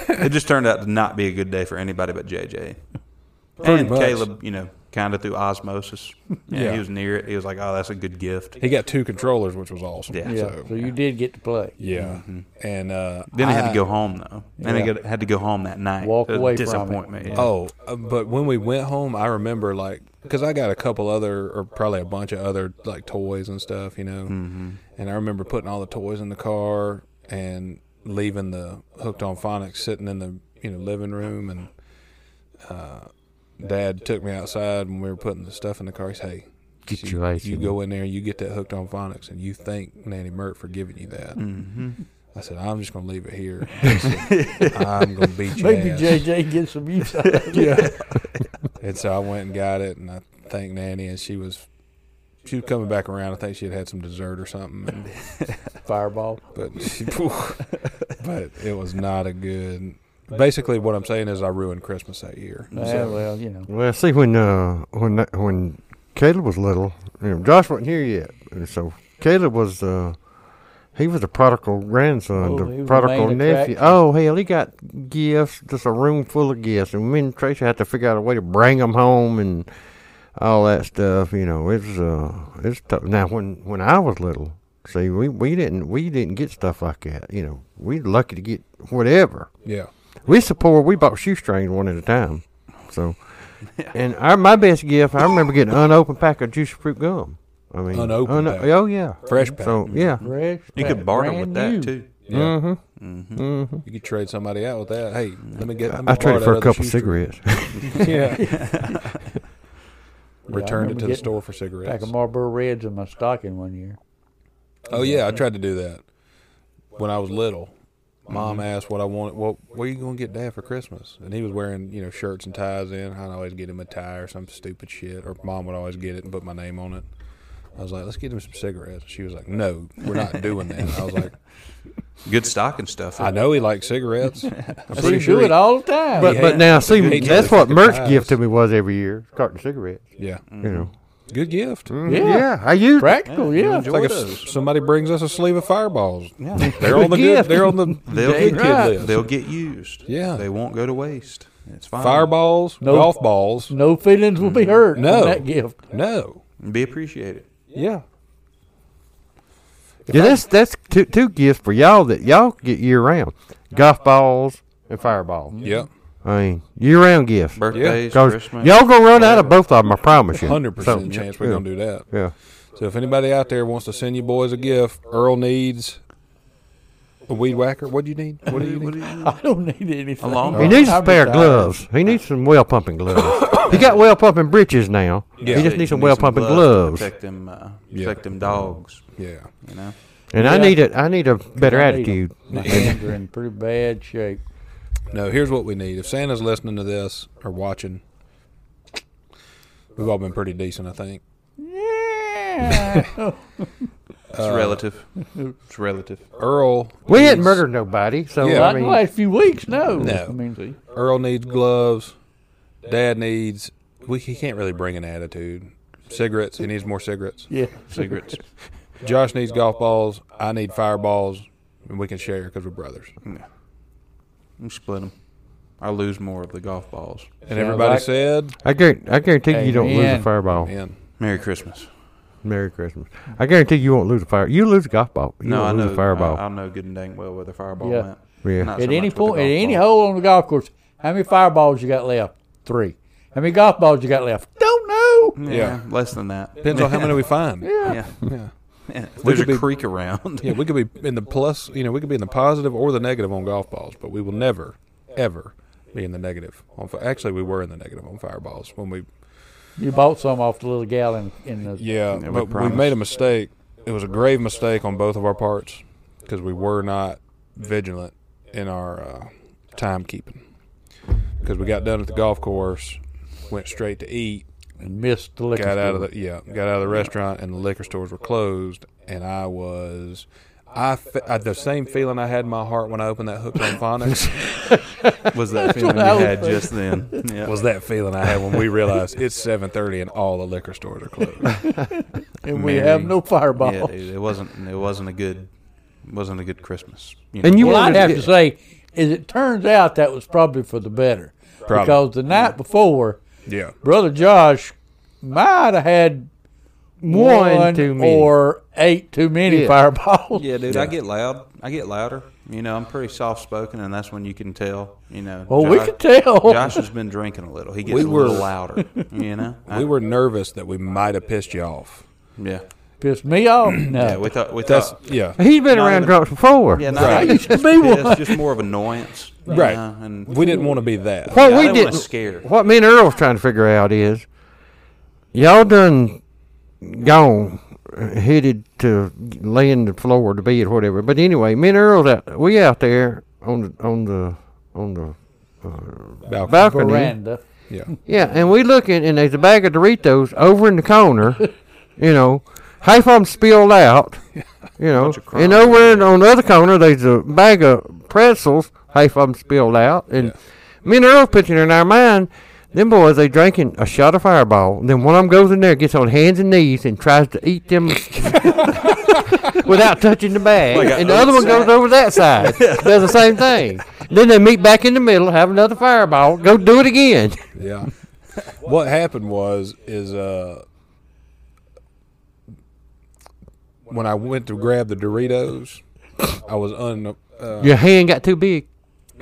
S4: It just turned out to not be a good day for anybody but JJ.
S1: Pretty
S4: and
S1: much.
S4: Caleb, you know, kind of through osmosis. Yeah,
S1: Yeah.
S4: he was near it. He was like, "Oh, that's a good gift."
S1: he got two controllers, which was awesome.
S4: Yeah. Mm-hmm.
S3: Yeah.
S1: So,
S3: So, you did get to play.
S1: yeah. And uh,
S4: Then he had
S1: I-
S4: to go home though. Then he
S3: Yeah.
S4: got, had to go home that night.
S3: Walk
S4: It was
S3: away
S4: a
S3: from it.
S4: disappointment. yeah.
S1: Oh, uh, but when we went home, I remember like because I got a couple other, or probably a bunch of other like toys and stuff, you know. Mm-hmm. And I remember putting all the toys in the car and leaving the hooked on phonics sitting in the you know living room, and uh, Dad took me outside when we were putting the stuff in the car. He said, "Hey."
S2: Get
S1: you,
S2: your ass
S1: you
S2: in
S1: go in there, you get that hooked on phonics, and you thank Nanny Mert for giving you that. I said, I'm just going to leave it here. I said, I'm going to beat you.
S3: Maybe
S1: ass.
S3: JJ gets some use out of it.
S1: Yeah. and so I went and got it, and I thanked Nanny, and she was she was coming back around. I think she had had some dessert or something, and-
S3: Fireball.
S1: but she, but it was not a good. Basically, what I'm saying is I ruined Christmas that year.
S3: Yeah, Ah, well, you know.
S2: Well, see, when uh, when that- when Caleb was little, you know, Josh wasn't here yet, and so Caleb was uh, he was a prodigal grandson,
S3: Oh, he
S2: the
S3: was the
S2: prodigal
S3: main
S2: nephew.
S3: attraction.
S2: Oh hell, he got gifts, just a room full of gifts, and me and Tracy had to figure out a way to bring them home and all that stuff. You know, it's uh, it's tough. Now, when when I was little, see, we we didn't we didn't get stuff like that. You know, we lucky to get whatever.
S1: Yeah,
S2: We so poor we bought shoestrings one at a time. So, and our, my best gift, I remember getting an unopened pack of juice fruit gum. I mean,
S1: Unopened pack.
S2: Oh yeah,
S1: fresh pack.
S2: So yeah,
S3: Fresh.
S4: you
S3: packed,
S4: could barter
S3: brand
S4: with that
S3: new.
S4: too.
S1: yeah.
S4: Mm-hmm.
S1: You could trade somebody out with that. Hey, let me get. Let me
S2: I
S1: borrow
S2: traded
S1: that
S2: for a
S1: other
S2: couple
S1: shoestring.
S2: cigarettes.
S1: Yeah,
S3: Yeah, I
S1: returned
S3: remember
S1: it to the
S3: getting
S1: store for
S3: a Pack
S1: cigarettes.
S3: of Marlboro Reds in my stocking one year.
S1: Oh yeah, I tried to do that when I was little. Mom asked what I wanted. Well, what are you going to get Dad for Christmas? And he was wearing, you know, shirts and ties. In I'd always get him a tie or some stupid shit, or Mom would always get it and put my name on it. I was like, let's get him some cigarettes. She was like, no, we're not doing that. I was like,
S4: Good stocking stuff.
S1: I know he likes cigarettes. I'm
S3: So you
S1: pretty
S3: do
S1: sure.
S3: it
S1: He,
S3: all the time.
S2: But
S1: Yeah.
S2: but now see,
S1: He
S2: that's
S1: traded
S2: what
S1: fucking
S2: Mert's
S1: pies.
S2: gift to me was every year: a carton of cigarettes.
S1: yeah,
S2: You know.
S1: good gift.
S2: Yeah, I used.
S3: practical,
S4: you enjoy
S3: yeah.
S1: It's like if
S4: those.
S1: s- somebody brings us a sleeve of fireballs.
S4: Yeah.
S1: They're on the good.
S2: gift.
S1: They're on the
S4: They'll
S1: good
S4: get,
S1: kid list.
S4: they'll get used.
S1: Yeah.
S4: They won't go to waste. It's fine.
S1: Fireballs,
S3: No.
S1: golf balls.
S3: no feelings will
S4: Mm-hmm.
S3: be hurt on
S1: No.
S3: that gift.
S1: No.
S4: Be appreciated.
S1: Yeah.
S2: Yeah, that's that's two two gifts for y'all that y'all get year round: golf balls and fireballs.
S1: Yep.
S2: I mean, year round gifts.
S4: Birthdays,
S2: 'Cause
S4: Christmas.
S2: y'all gonna run out of both of them. I promise you.
S1: Hundred
S2: So,
S1: percent chance we're
S2: yeah,
S1: gonna do that.
S2: Yeah.
S1: So if anybody out there wants to send you boys a gift, Earl needs a weed whacker. What do you need? What do you need?
S3: I don't need anything.
S4: long
S2: He needs a
S3: I'm
S2: pair of
S3: retired.
S2: gloves. He needs some well pumping gloves. he got well pumping breeches now.
S1: Yeah.
S2: he just
S4: You
S2: needs some well pumping
S4: gloves
S2: gloves.
S4: to Protect them, uh,
S1: Yeah.
S4: protect them dogs.
S1: Yeah.
S4: You know,
S2: And I
S3: Yeah.
S2: need a I need a better
S3: I need 'em.
S2: attitude.
S3: My hands are in pretty bad shape.
S1: No, here's what we need. If Santa's listening to this or watching, we've all been pretty decent, I think.
S3: Yeah.
S4: it's
S1: Uh,
S4: relative. It's relative.
S1: Earl
S2: We
S1: needs,
S2: hadn't murdered nobody, so
S1: Yeah.
S2: I
S3: Not in the
S2: mean,
S3: last few weeks, no.
S1: No.
S3: I mean,
S1: Earl needs gloves. Dad needs we he can't really bring an attitude. Cigarettes. He needs more cigarettes.
S3: yeah.
S4: Cigarettes.
S1: Josh needs golf balls. I need fireballs, and we can share because we're brothers.
S4: You split them. I lose more of the golf balls.
S1: And everybody
S3: like-
S1: said,
S2: I guarantee, I guarantee you don't lose
S3: Amen.
S2: a fireball.
S1: "Man,
S4: Merry Christmas.
S2: Merry Christmas. I guarantee you won't lose a fire. You lose a golf ball. You
S4: no, I
S2: won't
S4: know.
S2: lose a fireball.
S4: I, I know good and dang well where the fireball
S3: Yeah.
S4: went.
S2: Yeah.
S4: Not so
S3: At any
S4: much with the
S3: point, at
S4: golf
S3: any
S4: ball.
S3: hole on the golf course, how many fireballs you got left? Three. How many golf balls you got left? Don't know.
S4: Yeah,
S1: Yeah.
S4: less than that.
S1: depends on how many we find."
S4: Yeah.
S1: Yeah.
S4: Yeah. If
S1: We
S4: There's a
S1: could be-
S4: creek around.
S1: Yeah, we could be in the plus, you know, we could be in the positive or the negative on golf balls, but we will never, ever be in the negative. On fi- Actually, we were in the negative on fireballs when we,
S3: You bought some off the little gal in, in the.
S1: yeah,
S4: we
S1: but we
S4: promised.
S1: made a mistake. It was a grave mistake on both of our parts because we were not vigilant in our uh, timekeeping. Because we got done at the golf course, went straight to eat,
S3: And missed the liquor
S1: got out of
S3: store.
S1: the yeah, got out of the restaurant, and the liquor stores were closed, and I was. I, fe- I the same feeling I had in my heart when I opened that hook on phonics
S4: Was that feeling you
S3: I was
S4: had just then? Yeah.
S1: was that feeling I had when we realized it's seven thirty and all the liquor stores are closed.
S3: and we have
S4: Mary.
S3: no fireball.
S4: Yeah, dude, it wasn't. It wasn't a good. Wasn't a good Christmas. You
S2: And you
S3: well, I'd
S2: wanted
S3: have to say, as it turns out, that was probably for the better
S1: Probably.
S3: because the night before,
S1: Yeah,
S3: brother Josh might have had
S2: One too many.
S3: or eight too many
S2: Yeah.
S3: fireballs.
S4: Yeah, dude,
S1: Yeah.
S4: I get loud. I get louder. You know, I'm pretty soft spoken, and that's when you can tell. You know,
S3: Well, Oh, we could tell.
S4: Josh has been drinking a little. He gets
S1: We
S4: a
S1: were-
S4: little louder. You know,
S1: we were nervous that we might have pissed you off.
S4: Yeah,
S3: Pissed me off.
S4: yeah.
S3: No,
S4: We thought. We
S1: That's
S3: Uh,
S4: thought.
S1: yeah.
S2: He's been
S4: Not
S2: around
S4: even-
S2: drunks before.
S4: Yeah, not
S1: Right.
S4: right.
S1: I
S4: used to
S3: be one.
S4: Just more of annoyance. you
S1: Right.
S4: know, and
S1: We didn't want to be that.
S2: What
S4: Yeah, I
S2: we
S4: didn't wanna
S2: did,
S4: scare.
S2: what me and Earl's trying to figure out is, y'all done gone, uh, headed to laying the floor to bed, whatever. But anyway, me and Earl's out, we out there on the on the on the
S1: Balcony.
S2: balcony.
S3: veranda.
S1: Yeah,
S2: Yeah, and we looking, and there's a bag of Doritos over in the corner, you know, half of them spilled out, you know,
S4: of crumbs.
S2: and over in, on the other corner there's a bag of pretzels, half of them spilled out, and me and Earl picturing in our mind, them boys they drinking a shot of Fireball, and then one of them goes in there, gets on hands and knees, and tries to eat them without touching the bag,
S4: Like a
S2: and the other one
S4: upset.
S2: goes over that side, does the same thing. Then they meet back in the middle, have another Fireball, go do it again.
S1: yeah. what happened was is uh when I went to grab the Doritos, I was un uh,
S2: Your hand got too big.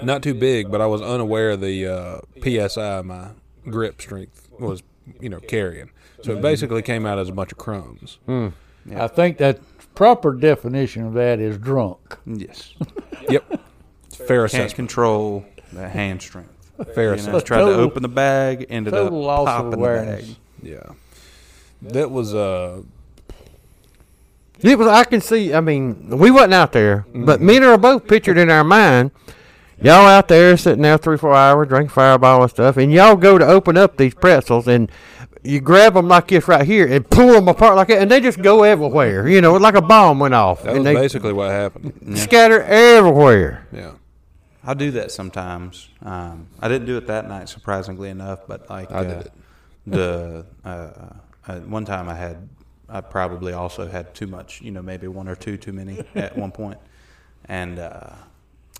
S1: not too big, but I was unaware of the uh, psi my grip strength was you know carrying. So it basically came out as a bunch of crumbs.
S4: Hmm.
S3: I think that proper definition of that is drunk.
S4: Yes,
S1: Yep. Fair
S4: can't
S1: assessment.
S4: control the hand strength.
S1: Fair
S4: You know,
S1: assessment.
S4: tried to
S3: Total-
S4: open the bag, ended up
S3: Total loss of
S4: popping
S3: awareness.
S4: the bag.
S1: Yeah. That was uh
S2: It was. I can see. I mean, we wasn't out there,
S1: Mm-hmm.
S2: but me and her both pictured in our mind. Y'all out there sitting there three, four hours, drink fireball and stuff, and y'all go to open up these pretzels and you grab them like this right here and pull them apart like that, and they just go everywhere. You know, like a bomb went off,
S1: that was
S2: and they
S1: basically what happened.
S2: scatter everywhere.
S1: Yeah.
S4: I do that sometimes. Um, I didn't do it that night, surprisingly enough. But like,
S1: I did
S4: uh,
S1: it.
S4: the uh, uh, one time I had, I probably also had too much. You know, maybe one or two too many at one point, and uh,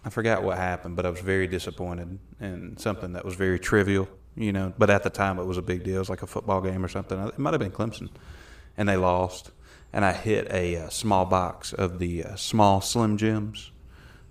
S4: I forgot what happened. But I was very disappointed in something that was very trivial. You know, but at the time it was a big deal. It was like a football game or something. It might have been Clemson, and they lost. And I hit a uh, small box of the uh, small Slim Jims.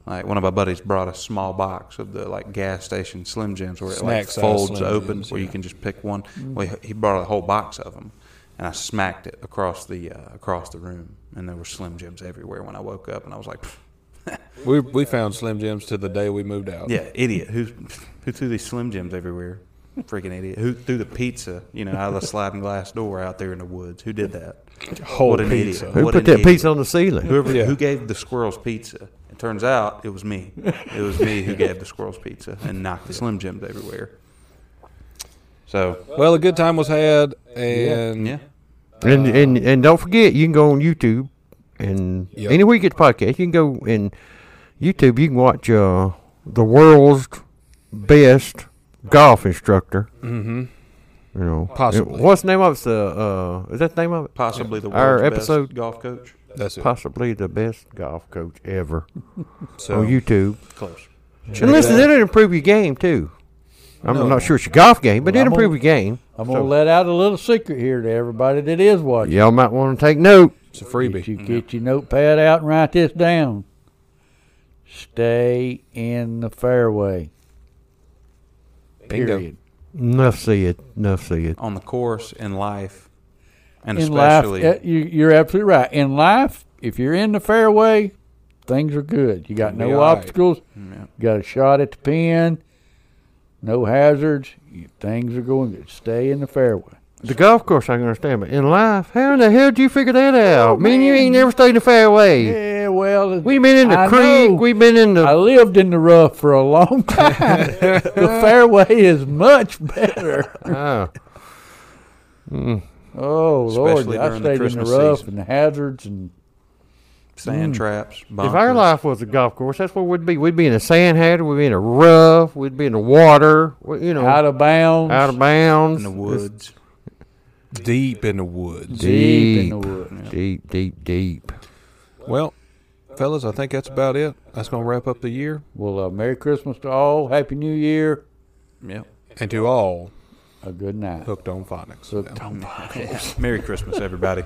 S4: Like one of my buddies brought a small box of the like gas station Slim Jims where it like
S1: Snack-sized
S4: folds
S1: Slim
S4: open
S1: Jims,
S4: where you
S1: yeah.
S4: can just pick one. Well, he- he brought a whole box of them, and I smacked it across the uh, across the room, and there were Slim Jims everywhere. When I woke up, and I was like, "Pff,
S1: We we found Slim Jims to the day we moved out.
S4: "Yeah, idiot! Who who threw these Slim Jims everywhere? Freaking idiot! Who threw the pizza? You know, out of the sliding glass door out there in the woods? Who did that?
S1: Whole
S4: what an
S1: pizza.
S4: idiot!
S2: Who
S4: What
S2: put
S4: an
S2: that
S4: idiot.
S2: piece on the ceiling?
S4: Whoever
S1: Yeah.
S4: who gave the squirrels pizza. It turns out it was me. It was me who gave the squirrels pizza and knocked the Slim Jims everywhere. So
S1: Well, a good time was had, and
S4: yeah,
S2: And and and don't forget, you can go on YouTube and
S1: Yep.
S2: anywhere you get the podcast, you can go and YouTube. You can watch uh, the world's best golf instructor.
S1: hmm
S2: You know,
S1: Possibly.
S2: What's the name of it? It's the, uh, is that the name of it?
S4: possibly the
S2: Our
S4: world's
S2: episode-
S4: best golf coach.
S1: that's it.
S2: Possibly the best golf coach ever
S1: So
S2: on YouTube.
S4: Close.
S2: and
S1: it
S2: listen,
S1: out.
S2: it'll improve your game too. I'm
S1: No.
S2: not sure it's your golf game, but
S3: Well,
S2: it'll
S3: I'm
S2: improve
S3: on-
S2: your game.
S3: I'm gonna let out a little secret here to everybody that is watching.
S2: Y'all might want to take note.
S1: it's a
S3: Get
S1: freebie.
S3: you get your notepad out and write this down. Stay in the fairway.
S1: Bingo.
S3: Period.
S2: Enough said. Enough said.
S4: on the course in life, and
S3: in life,
S4: especially
S3: eh, you, you're absolutely right. In life, if you're in the fairway, things are good. You got
S1: Be
S3: no
S1: all right.
S3: obstacles.
S4: Yeah.
S3: You got a shot at the pin. No hazards. You, things are going good. Stay in the fairway.
S2: The golf course, I can understand, but in life, how in the hell did you figure that out? Me and you ain't never stayed in the fairway.
S3: Oh, Yeah, well,
S2: We've been in the
S3: I
S2: creek.
S3: know.
S2: We've been in the.
S3: I lived in the rough for a long time. the fairway is much better.
S2: Oh.
S3: Oh Lord,
S4: Especially
S3: I
S4: during the
S3: Oh, stayed in the
S4: Christmas
S3: rough
S4: season.
S3: and the hazards and
S4: sand traps. Bunkers.
S2: Mm. If our life was a golf course, that's where we'd be. We'd be in a sand head. We'd be in a rough. We'd be in the water. we- You know,
S3: Out of bounds.
S2: out of bounds.
S4: in the
S2: Just
S4: woods,
S1: Deep in the woods.
S3: Deep in the
S2: Deep.
S3: woods.
S2: Deep, deep, deep.
S1: Well, fellas, I think that's about it. That's going to wrap up the year.
S3: Well, uh, Merry Christmas to all. Happy New Year.
S4: yep.
S1: And to all
S3: A good night.
S1: hooked on phonics.
S3: Hooked
S4: Merry Christmas, everybody.